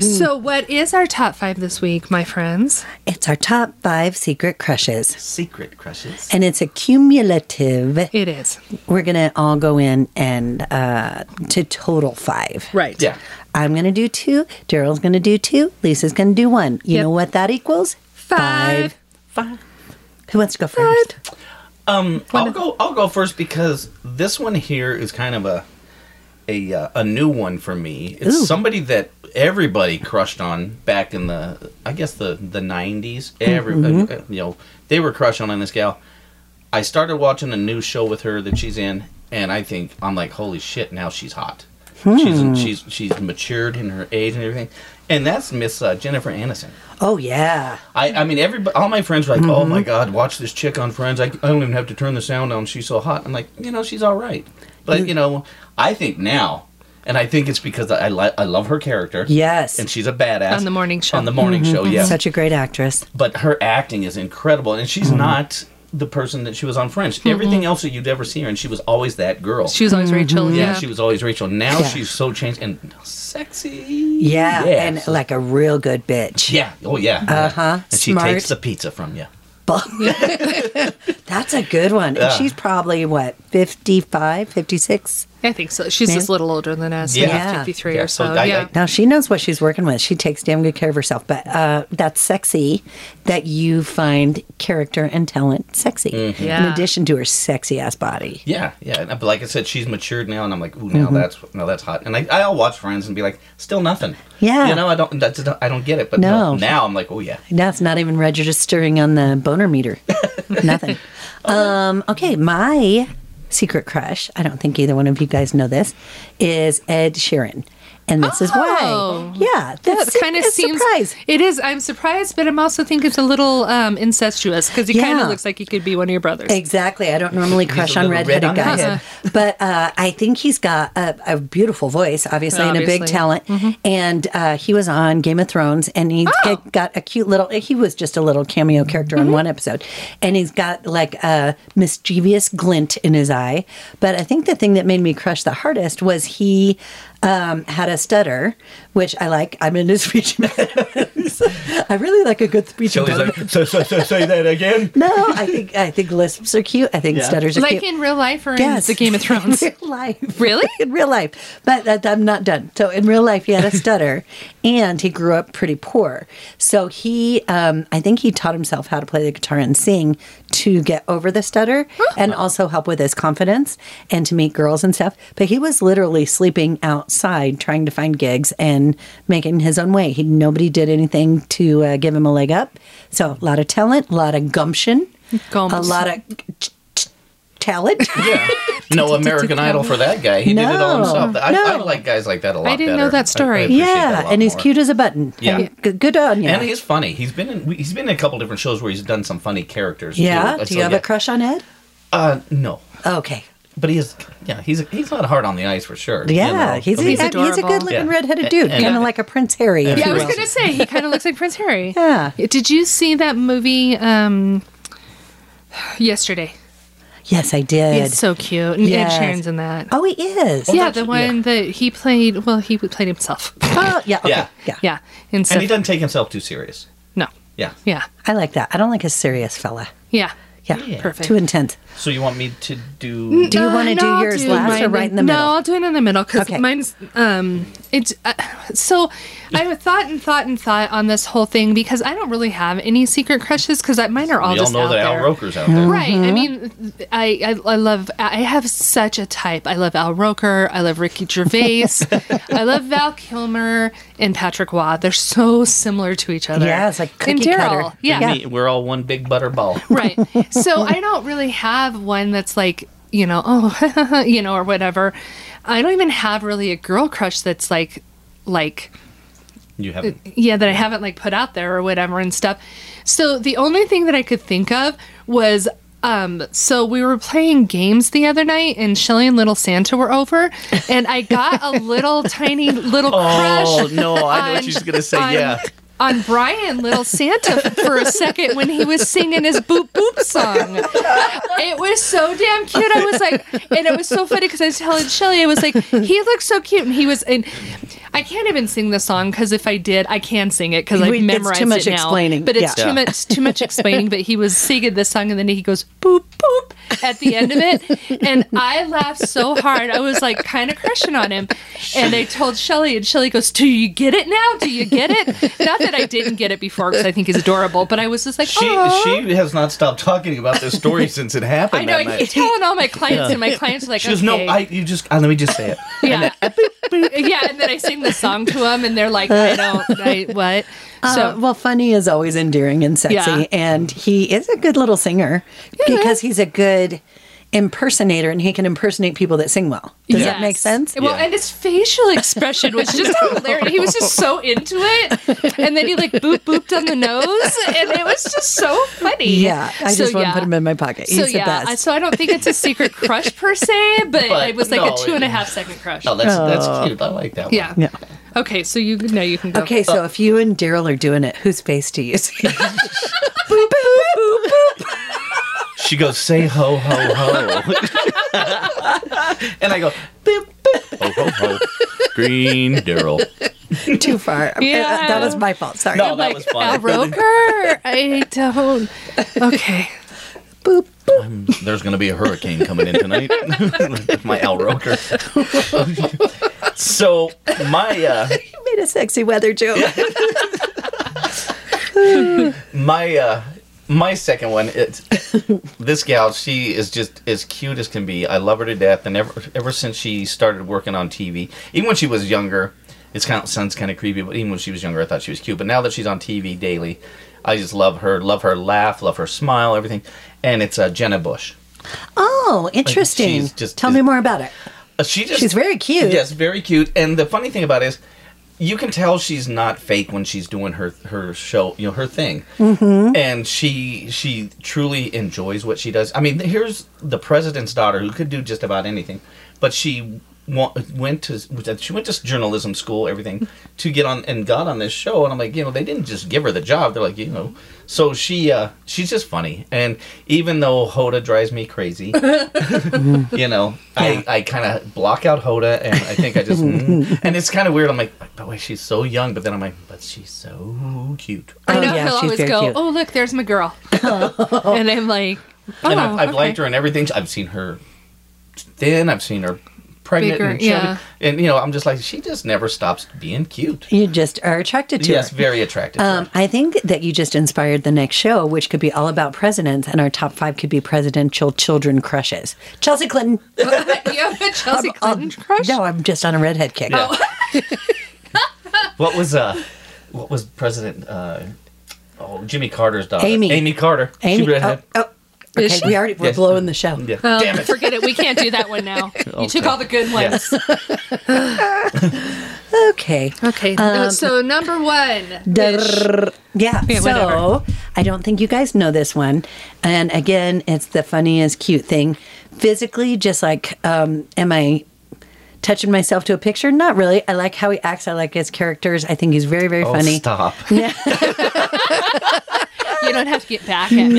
Speaker 5: So, what is our top five this week, my friends?
Speaker 3: (laughs) It's our top five secret crushes,
Speaker 4: Secret crushes.
Speaker 3: and it's a cumulative.
Speaker 5: It is
Speaker 3: We're gonna all go in and uh, to total five.
Speaker 5: right.
Speaker 4: Yeah.
Speaker 3: I'm going to do two. Daryl's going to do two. Lisa's going to do one. You
Speaker 5: Yep.
Speaker 3: know what that equals?
Speaker 5: Five.
Speaker 4: Five.
Speaker 3: Who wants to go first?
Speaker 4: Um, I'll go. I'll go first because this one here is kind of a a uh, a new one for me. It's
Speaker 3: Ooh.
Speaker 4: somebody that everybody crushed on back in the I guess the the nineties. Every
Speaker 3: Mm-hmm.
Speaker 4: uh, you know they were crushing on this gal. I started watching a new show with her that she's in, and I think I'm like, holy shit! Now she's hot.
Speaker 3: Hmm.
Speaker 4: She's she's she's matured in her age and everything, and that's Miss uh, Jennifer Aniston.
Speaker 3: Oh yeah.
Speaker 4: I, I mean, everybody, all my friends were like, "Oh
Speaker 5: Mm-hmm.
Speaker 4: my God, watch this chick on Friends." I, I don't even have to turn the sound on; she's so hot. I'm like, you know, she's all right, but you know, I think now, and I think it's because I li- I love her character.
Speaker 3: Yes.
Speaker 4: and she's a badass
Speaker 5: On the morning show. Mm-hmm.
Speaker 4: On the morning show, yeah.
Speaker 3: Such a great actress.
Speaker 4: but her acting is incredible, and
Speaker 5: Mm-hmm.
Speaker 4: she's not the person that she was on Friends. Everything else that you'd ever see her, and she was always that girl.
Speaker 5: She was always Rachel.
Speaker 4: Mm-hmm. yeah,
Speaker 5: Yeah,
Speaker 4: she was always Rachel. Now
Speaker 3: Yeah.
Speaker 4: she's so changed and sexy.
Speaker 3: Yeah, and
Speaker 4: so-
Speaker 3: like a real good bitch.
Speaker 4: yeah, oh yeah.
Speaker 3: Uh-huh,
Speaker 4: And she
Speaker 3: smart.
Speaker 4: takes the pizza from you.
Speaker 3: (laughs) That's a good one. And she's probably what 55, 56?
Speaker 5: I think so. She's just a little older than us.
Speaker 4: Yeah.
Speaker 5: Yeah,
Speaker 3: Yeah.
Speaker 5: fifty three
Speaker 4: Yeah,
Speaker 5: or
Speaker 4: so
Speaker 5: so.
Speaker 4: I- I-
Speaker 5: yeah.
Speaker 3: Now she knows what she's working with. She takes damn good care of herself. But uh, that's sexy that you find character and talent sexy. In
Speaker 4: Mm-hmm.
Speaker 5: Yeah.
Speaker 3: addition to her sexy ass body.
Speaker 4: Yeah, yeah. and- uh, But like I said, she's matured now, and I'm like, ooh,
Speaker 3: Mm-hmm.
Speaker 4: now that's now that's hot. And I, I'll watch Friends and be like, still nothing.
Speaker 3: Yeah.
Speaker 4: You know, I don't, that's, I don't get it. But
Speaker 3: No.
Speaker 4: no. now I'm like, oh yeah.
Speaker 3: Now it's not even registering on the boner
Speaker 5: (laughs)
Speaker 3: meter. Nothing. Um, okay, my secret crush, I don't think either one of you guys know this, is Ed Sheeran. And this is
Speaker 5: Oh.
Speaker 3: why. Yeah,
Speaker 5: That kind of
Speaker 3: it's a
Speaker 5: seems
Speaker 3: surprise.
Speaker 5: it is. I'm surprised, but I'm also think it's a little um, incestuous because he kind
Speaker 3: Yeah.
Speaker 5: of looks like he could be one of your brothers.
Speaker 3: Exactly. I don't normally crush on
Speaker 4: little red
Speaker 3: redheaded
Speaker 4: on the
Speaker 3: guys,
Speaker 4: head.
Speaker 3: (laughs) but uh, I think he's got a, a beautiful voice, obviously, and a big
Speaker 5: Obviously. Mm-hmm.
Speaker 3: talent. And uh, he was on Game of Thrones, and he
Speaker 5: Oh.
Speaker 3: got a cute little. He was just a little cameo character
Speaker 5: Mm-hmm.
Speaker 3: on one episode, and he's got like a mischievous glint in his eye. But I think the thing that made me crush the hardest was he. Um, had a stutter, which I like. I'm into (laughs) speech impediments. I really like a good speech
Speaker 4: Joey's
Speaker 3: impediment.
Speaker 4: like, so, so, so, say
Speaker 3: (laughs)
Speaker 4: that again.
Speaker 3: no, I think I think lisps are cute. I think stutters are
Speaker 5: like
Speaker 3: cute
Speaker 5: in real life or
Speaker 3: Yes.
Speaker 5: in the Game of
Speaker 3: (laughs)
Speaker 5: Thrones.
Speaker 3: real life.
Speaker 5: Really?
Speaker 3: (laughs) in real life. But that, I'm not done. So in real life, he had a stutter, and he grew up pretty poor. So he, um, I think he taught himself how to play the guitar and sing to get over the stutter, and also help with his confidence and to meet girls and stuff. But he was literally sleeping outside trying to find gigs and making his own way. He nobody did anything to uh, give him a leg up. So a lot of talent, a lot of gumption, a
Speaker 5: Gums.
Speaker 3: lot of. Talent.
Speaker 4: Yeah.
Speaker 3: (laughs)
Speaker 4: No American Idol for that guy. He did it all
Speaker 3: No,
Speaker 4: himself. I,
Speaker 3: no.
Speaker 4: I like guys like that a lot.
Speaker 5: I didn't
Speaker 4: better.
Speaker 5: know that story.
Speaker 4: appreciate
Speaker 3: yeah,
Speaker 4: that a lot
Speaker 3: and he's
Speaker 4: more.
Speaker 3: cute as a button.
Speaker 4: Yeah.
Speaker 3: And g- good on you.
Speaker 4: And he's funny. He's been in he's been in a couple different shows where he's done some funny characters.
Speaker 3: yeah.
Speaker 4: too. Uh,
Speaker 3: Do
Speaker 4: So,
Speaker 3: you have
Speaker 4: yeah.
Speaker 3: a crush on Ed?
Speaker 4: Uh, no,
Speaker 3: Okay.
Speaker 4: but he is. Yeah, he's he's not hard on the ice for sure. you
Speaker 3: Yeah,
Speaker 4: know.
Speaker 3: he's,
Speaker 4: I mean,
Speaker 3: he's,
Speaker 5: He's
Speaker 3: a, he's a
Speaker 5: adorable.
Speaker 3: good-looking
Speaker 4: uh, Yeah.
Speaker 3: redheaded
Speaker 4: And-
Speaker 3: dude,
Speaker 4: and-
Speaker 3: kind of like a Prince Harry. if
Speaker 5: Yeah,
Speaker 3: you
Speaker 5: I was
Speaker 3: will.
Speaker 5: gonna say he kind of looks like Prince Harry.
Speaker 3: (laughs) Yeah.
Speaker 5: Did you see that movie um, yesterday?
Speaker 3: Yes, I did.
Speaker 5: It's so cute. And
Speaker 3: Yes.
Speaker 5: Ed Sheeran's in that.
Speaker 3: oh, he is.
Speaker 5: yeah,
Speaker 4: that's-
Speaker 5: the one
Speaker 4: yeah.
Speaker 5: that he played. Well, he
Speaker 3: (laughs)
Speaker 5: played himself.
Speaker 3: Oh, yeah. Okay. Yeah.
Speaker 4: Yeah.
Speaker 5: yeah, and so
Speaker 4: and he doesn't take himself too serious.
Speaker 5: no,
Speaker 4: Yeah.
Speaker 5: yeah,
Speaker 3: I like that. I don't like a serious fella.
Speaker 5: yeah.
Speaker 3: Yeah.
Speaker 4: Yeah.
Speaker 5: Perfect.
Speaker 3: Too intense.
Speaker 4: So you want me to do?
Speaker 3: Do you
Speaker 5: Uh,
Speaker 3: want to
Speaker 5: no,
Speaker 3: do
Speaker 5: I'll
Speaker 3: yours last
Speaker 5: mine
Speaker 3: or right in the
Speaker 5: No,
Speaker 3: middle?
Speaker 5: I'll do it in the middle because
Speaker 3: Okay.
Speaker 5: mine's um. It's uh, so I thought and thought and thought on this whole thing because I don't really have any secret crushes because mine are all
Speaker 4: we all
Speaker 5: just
Speaker 4: know
Speaker 5: out
Speaker 4: that Al
Speaker 5: there.
Speaker 4: Roker's out there.
Speaker 5: Right.
Speaker 3: Mm-hmm.
Speaker 5: I mean, I, I I love. I have such a type. I love Al Roker. I love Ricky Gervais.
Speaker 3: (laughs)
Speaker 5: I love Val Kilmer and Patrick Waugh. They're so similar to each other.
Speaker 3: Yeah, it's like
Speaker 5: and
Speaker 3: cookie cutter.
Speaker 5: Daryl. Yeah.
Speaker 4: Me- We're all one big butterball.
Speaker 5: right. So I don't really have one that's like you know oh (laughs) you know or whatever. I don't even have really a girl crush that's like like
Speaker 4: You have
Speaker 5: yeah that i haven't like put out there or whatever and stuff so the only thing that i could think of was um so we were playing games the other night and shelly and little santa were over and i got a little tiny little
Speaker 4: Oh
Speaker 5: crush
Speaker 4: no! I know
Speaker 5: on-
Speaker 4: what she's gonna say.
Speaker 5: on-
Speaker 4: Yeah.
Speaker 5: On Brian, little Santa, for a second when he was singing his boop boop song, it was so damn cute. I was like, and it was so funny because I was telling Shelly, I was like, he looks so cute, and he was, and I can't even sing the song because if I did, I can sing it because I
Speaker 3: We- it's too
Speaker 5: memorized
Speaker 3: much
Speaker 5: it now.
Speaker 3: explaining.
Speaker 5: But it's
Speaker 3: Yeah.
Speaker 5: too
Speaker 4: Yeah.
Speaker 5: much, too much explaining. But he was singing this song, and then he goes boop boop at the end of it, and I laughed so hard, I was like kind of crushing on him. And I told Shelly, and Shelly goes, "Do you get it now? Do you get it?" Not that I didn't get it before because I think he's adorable, but I was just like,
Speaker 4: She
Speaker 5: "Aw."
Speaker 4: she has not stopped talking about this story since it happened.
Speaker 5: uh-huh. I know.
Speaker 4: that
Speaker 5: (laughs) I keep
Speaker 4: night.
Speaker 5: telling all my clients, and my clients are like,
Speaker 4: She
Speaker 5: okay.
Speaker 4: goes, "No, I you just uh, let me just
Speaker 5: (laughs)
Speaker 4: say it."
Speaker 5: yeah. yeah, and then I sing the song to them, and they're like, I don't, I, what? So,
Speaker 3: Uh, well, funny is always endearing and sexy,
Speaker 5: Yeah.
Speaker 3: and he is a good little singer because he's a good. impersonator and he can impersonate people that sing well. Does that make
Speaker 5: Yes.
Speaker 3: sense?
Speaker 5: Well,
Speaker 4: Yeah.
Speaker 5: and his facial expression was
Speaker 3: (laughs)
Speaker 5: just hilarious. He was just so into it, and then he like boop booped on the nose, and it was just so funny.
Speaker 3: Yeah, I just want to put him in my pocket.
Speaker 5: So
Speaker 3: He's the
Speaker 5: yeah,
Speaker 3: best.
Speaker 5: I- so I don't think it's a secret crush per se, but,
Speaker 4: But
Speaker 5: it was like
Speaker 4: no,
Speaker 5: a two and a
Speaker 4: it-
Speaker 5: half second crush.
Speaker 4: Oh, that's that's cute. I like that. One.
Speaker 5: Uh, yeah.
Speaker 3: Yeah.
Speaker 5: Okay, so you now you can go.
Speaker 3: Okay, so if you and Daryl are doing it, whose face do (laughs) you see?
Speaker 4: She goes, "Say ho ho (laughs) ho," and I go, "Boop boop ho ho ho." Green
Speaker 5: (laughs)
Speaker 4: Daryl.
Speaker 3: Too far. Uh,
Speaker 5: Yeah.
Speaker 3: That was my fault. Sorry.
Speaker 4: No, Oh, that
Speaker 5: like
Speaker 4: was
Speaker 5: Al
Speaker 4: fun.
Speaker 5: Roker. I don't. Okay.
Speaker 4: (laughs) There's gonna be a hurricane coming in tonight. (laughs) With my Al
Speaker 5: (laughs)
Speaker 4: Roker. so my uh,
Speaker 3: You made a sexy weather joke.
Speaker 4: my uh, my second one. It's this gal. She is just as cute as can be. I love her to death, and ever ever since she started working on TV, even when she was younger, it's kind of sounds kind of creepy. But even when she was younger, I thought she was cute. But now that she's on TV daily, I just love her. Love her laugh. Love her smile. Everything. And it's uh, Jenna Bush.
Speaker 3: Oh, interesting.
Speaker 4: she's just-
Speaker 3: Tell me more about it.
Speaker 4: Uh, She just
Speaker 3: She's very cute.
Speaker 4: Yes, very cute. And the funny thing about it is, you can tell she's not fake when she's doing her her show, you know, her thing. Mm-hmm. And she she truly enjoys what she does. I mean, here's the president's daughter who could do just about anything, but she wa- went to she went to journalism school, everything, to get on and got on this show. And I'm like, you know, they didn't just give her the job. They're like, you know, so she uh, she's just funny. And even though Hoda drives me
Speaker 3: (laughs)
Speaker 4: crazy you know, I, I kind of block out Hoda, and I think I
Speaker 3: (laughs)
Speaker 4: just, mm. and it's kind of weird. I'm like, but wait, she's so young, but then I'm like, but she's so cute.
Speaker 3: Oh,
Speaker 5: I know
Speaker 3: yeah,
Speaker 5: he'll
Speaker 3: she's
Speaker 5: always
Speaker 3: very
Speaker 5: go,
Speaker 3: cute.
Speaker 5: "Oh, look, there's my
Speaker 3: (laughs)
Speaker 5: girl," and I'm like, "Oh,
Speaker 4: and I've, I've
Speaker 5: okay.
Speaker 4: liked her and everything. I've seen her thin. I've seen her pregnant,
Speaker 5: Bigger,
Speaker 4: and, chubby.
Speaker 5: yeah.
Speaker 4: and you know, I'm just like, she just never stops being cute.
Speaker 3: You just are attracted to
Speaker 4: Yes,
Speaker 3: her.
Speaker 4: very attractive.
Speaker 3: Um, I think that you just inspired the next show, which could be all about presidents, and our top five could be presidential children crushes. Chelsea Clinton.
Speaker 5: (laughs) you have a Chelsea Clinton
Speaker 3: Um,
Speaker 5: crush?
Speaker 3: No, I'm just on a redhead kick.
Speaker 4: Yeah.
Speaker 3: oh.
Speaker 4: (laughs) what was uh, what was President uh, oh Jimmy Carter's daughter,
Speaker 3: Amy.
Speaker 4: Amy Carter.
Speaker 3: Amy.
Speaker 4: she redhead.
Speaker 3: Oh, oh,
Speaker 5: Is
Speaker 3: okay,
Speaker 5: she?
Speaker 3: we already we're
Speaker 4: Yes.
Speaker 3: blowing the show.
Speaker 4: Yeah.
Speaker 5: Oh,
Speaker 4: Damn it.
Speaker 5: Forget it. We can't do that one (laughs) now. You took all the good ones.
Speaker 3: (laughs) Okay. Um,
Speaker 5: Okay. no, Uh, so number one. ish.
Speaker 3: Durr. Yeah.
Speaker 5: Yeah,
Speaker 3: so
Speaker 5: whatever.
Speaker 3: I don't think you guys know this one. And again, it's the funniest, cute thing. Physically, just like, um, am I touching myself to a picture? Not really. I like how he acts. I like his characters. I think he's very, very (laughs)
Speaker 4: Oh,
Speaker 3: funny.
Speaker 4: stop.
Speaker 5: You don't have to get back
Speaker 3: Mm,
Speaker 5: at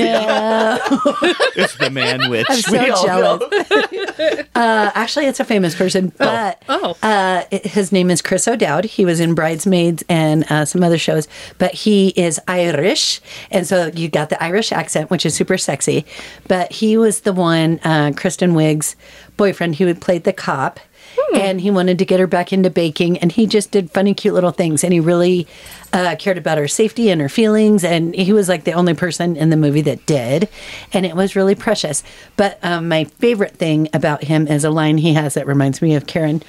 Speaker 5: me.
Speaker 4: It's the man witch.
Speaker 3: (laughs) I'm so jealous. uh, actually, it's a famous person, but
Speaker 5: Oh.
Speaker 3: Uh, it- his name is Chris O'Dowd. He was in Bridesmaids and uh, some other shows, but he is Irish, and so you got the Irish accent, which is super sexy. But he was the one, uh, Kristen Wiig's boyfriend. He would played the cop. And he wanted to get her back into baking, and he just did funny, cute little things. And he really uh, cared about her safety and her feelings. And he was like the only person in the movie that did. And it was really precious. But um, my favorite thing about him is a line he has that reminds me of Karen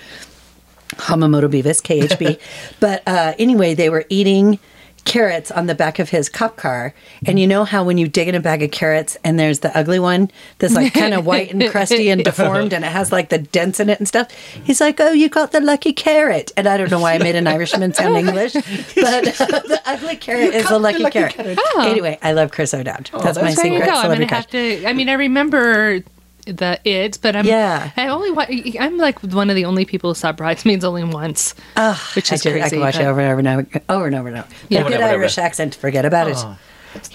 Speaker 3: Hamamoto Beavis,
Speaker 5: (laughs)
Speaker 3: KHB. but uh, anyway, they were eating carrots on the back of his cop car. And you know how when you dig in a bag of carrots and there's the ugly one that's like kind of white and crusty
Speaker 5: (laughs)
Speaker 3: and deformed and it has like the dents in it and stuff? He's like, oh, you got the lucky carrot. And I don't know why I made an Irishman sound
Speaker 5: (laughs)
Speaker 3: English, but uh, the ugly carrot is the lucky, carrot. Anyway, I love Chris O'Dowd. that's, my
Speaker 5: Oh, There you
Speaker 3: secret
Speaker 5: go. I'm
Speaker 3: celebrity
Speaker 5: gonna
Speaker 3: crush.
Speaker 5: have to. I mean, I remember the it, but I'm
Speaker 3: Yeah.
Speaker 5: I only wa- I'm like one of the only people who saw Bridesmaids only once, which
Speaker 3: I,
Speaker 5: is
Speaker 3: just, I
Speaker 5: crazy.
Speaker 3: can watch
Speaker 5: but-
Speaker 3: it over and over and over, over and over and over.
Speaker 5: Yeah.
Speaker 3: But good
Speaker 4: Whatever, whatever.
Speaker 3: Irish accent, forget about it.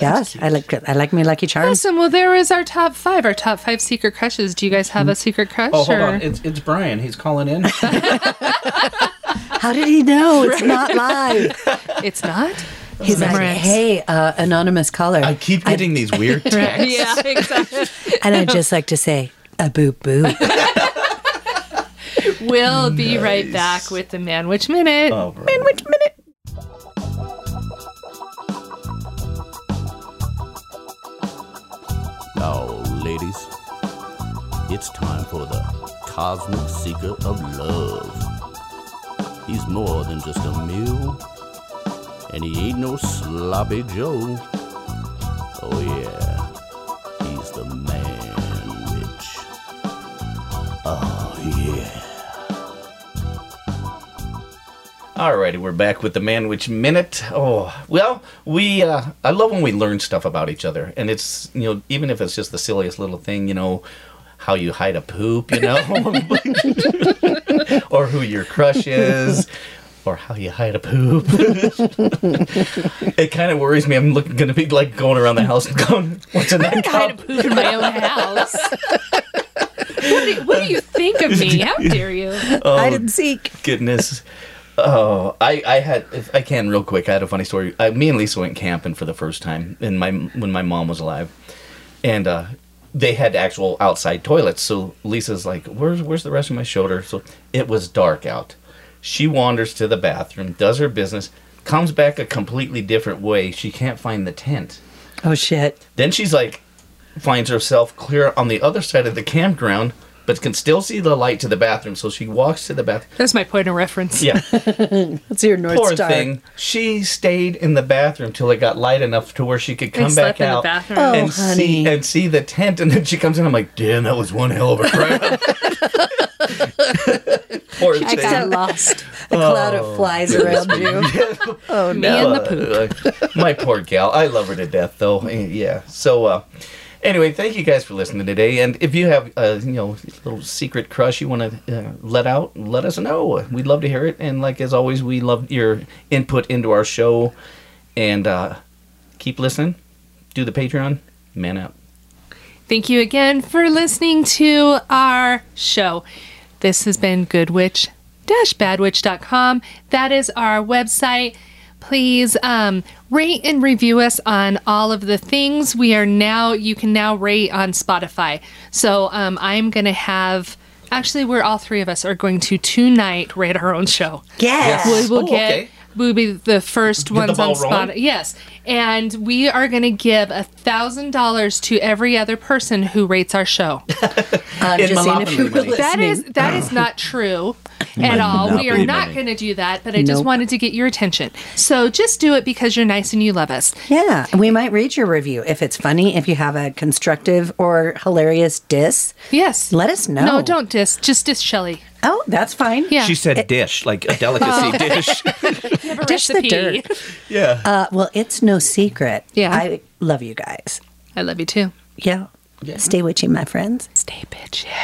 Speaker 3: Yes, I like I like me Lucky Charms.
Speaker 5: Awesome. Well, there is our top five. Our top five secret crushes. Do you guys have a secret crush?
Speaker 4: Oh, hold
Speaker 5: or-
Speaker 4: on. It's, it's Brian. He's calling in.
Speaker 3: How did he know (laughs) it's not live?
Speaker 4: (laughs)
Speaker 5: It's not.
Speaker 3: He's like,
Speaker 5: Memorex.
Speaker 3: hey, uh, anonymous caller,
Speaker 4: (laughs) I keep getting these weird texts.
Speaker 5: Yeah, exactly.
Speaker 3: and I'd just like to say a boo boo. (laughs)
Speaker 5: we'll be right back with the Man Witch Minute.
Speaker 4: Oh, Brian.
Speaker 7: Now, ladies, it's time for the Cosmic Seeker of Love. He's more than just a mule, and he ain't no sloppy Joe. Oh, yeah, he's the man witch.
Speaker 4: Alrighty, we're back with the Manwich Minute. Oh, well, we uh, I love when we learn stuff about each other, and it's you know even if it's just the silliest little thing, you know, how you hide a poop, you know, (laughs) or who your crush is. Or how you hide a poop. (laughs) it kind of worries me. I'm look, gonna be like going around the house and going, "What's in that
Speaker 5: I had
Speaker 4: cup?"
Speaker 5: to poop in my own house. what, do, what do you think of me? How dare you?
Speaker 4: (laughs)
Speaker 3: I didn't seek.
Speaker 4: goodness. Oh, I, I had if I can real quick. I had a funny story. I, me and Lisa went camping for the first time, and my when my mom was alive, and uh, they had actual outside toilets. So Lisa's like, "Where's where's the restroom?" I showed her. So it was dark out. She wanders to the bathroom, does her business, comes back a completely different way. She can't find the tent.
Speaker 3: Oh shit.
Speaker 4: Then she's like, finds herself clear on the other side of the campground, but can still see the light to the bathroom. So she walks to the bathroom.
Speaker 5: That's my point of reference.
Speaker 4: Yeah.
Speaker 3: That's your north
Speaker 4: Poor
Speaker 3: star.
Speaker 4: thing. She stayed in the bathroom till it got light enough to where she could come
Speaker 5: I
Speaker 4: back
Speaker 5: slept in the
Speaker 4: out
Speaker 5: bathroom.
Speaker 3: Oh.
Speaker 4: and see
Speaker 3: honey.
Speaker 4: and see the tent. And then she comes in. I'm like, damn, that was one hell of a
Speaker 5: (laughs)
Speaker 4: crowd. Poor
Speaker 5: I got
Speaker 4: thing.
Speaker 5: lost.
Speaker 3: A cloud of flies around
Speaker 4: (laughs)
Speaker 3: you.
Speaker 4: Oh
Speaker 5: Me and the poop.
Speaker 4: uh, my poor gal. I love her to death, though. Eh, Yeah. So. uh Anyway, thank you guys for listening today. And if you have a you know little secret crush you want to uh, let out, let us know. We'd love to hear it. And like as always, we love your input into our show. And uh, keep listening. Do the Patreon. Man up.
Speaker 5: Thank you again for listening to our show. This has been Good Witch badwitch.com. That is our website. Please um, rate and review us on all of the things. We are now, you can now rate on Spotify. So um, I'm going to have, actually, we're all three of us are going to tonight rate our own show.
Speaker 3: Yes.
Speaker 5: We will
Speaker 4: Oh,
Speaker 5: get.
Speaker 4: okay.
Speaker 5: We'll be the first
Speaker 4: the
Speaker 5: ones
Speaker 4: ball
Speaker 5: on
Speaker 4: rolling?
Speaker 5: spot. Yes, and we are going to give a thousand dollars to every other person who rates
Speaker 3: (laughs)
Speaker 5: our show.
Speaker 3: I'm
Speaker 4: In
Speaker 3: just seeing if
Speaker 4: Malapan
Speaker 3: you were
Speaker 4: money.
Speaker 5: That is
Speaker 3: listening.
Speaker 5: that is not true
Speaker 3: (laughs)
Speaker 5: at all. We are
Speaker 7: Monopoly
Speaker 5: not
Speaker 7: money.
Speaker 5: going to do that. But I just
Speaker 3: Nope.
Speaker 5: wanted to get your attention. So just do it because you're nice and you love us.
Speaker 3: Yeah, we might read your review if it's funny. If you have a constructive or hilarious diss,
Speaker 5: Yes.
Speaker 3: let us know.
Speaker 5: No, don't diss. Just diss Shelly.
Speaker 3: Oh, that's fine.
Speaker 5: Yeah.
Speaker 4: said dish, like a delicacy dish.
Speaker 5: Give her
Speaker 3: dish the
Speaker 5: recipe.
Speaker 4: yeah.
Speaker 3: Uh, well, it's no secret.
Speaker 5: Yeah.
Speaker 3: I love you guys.
Speaker 5: (laughs) I love you too.
Speaker 3: Yeah. Stay witchy, my friends.
Speaker 5: Stay bitch. Yeah.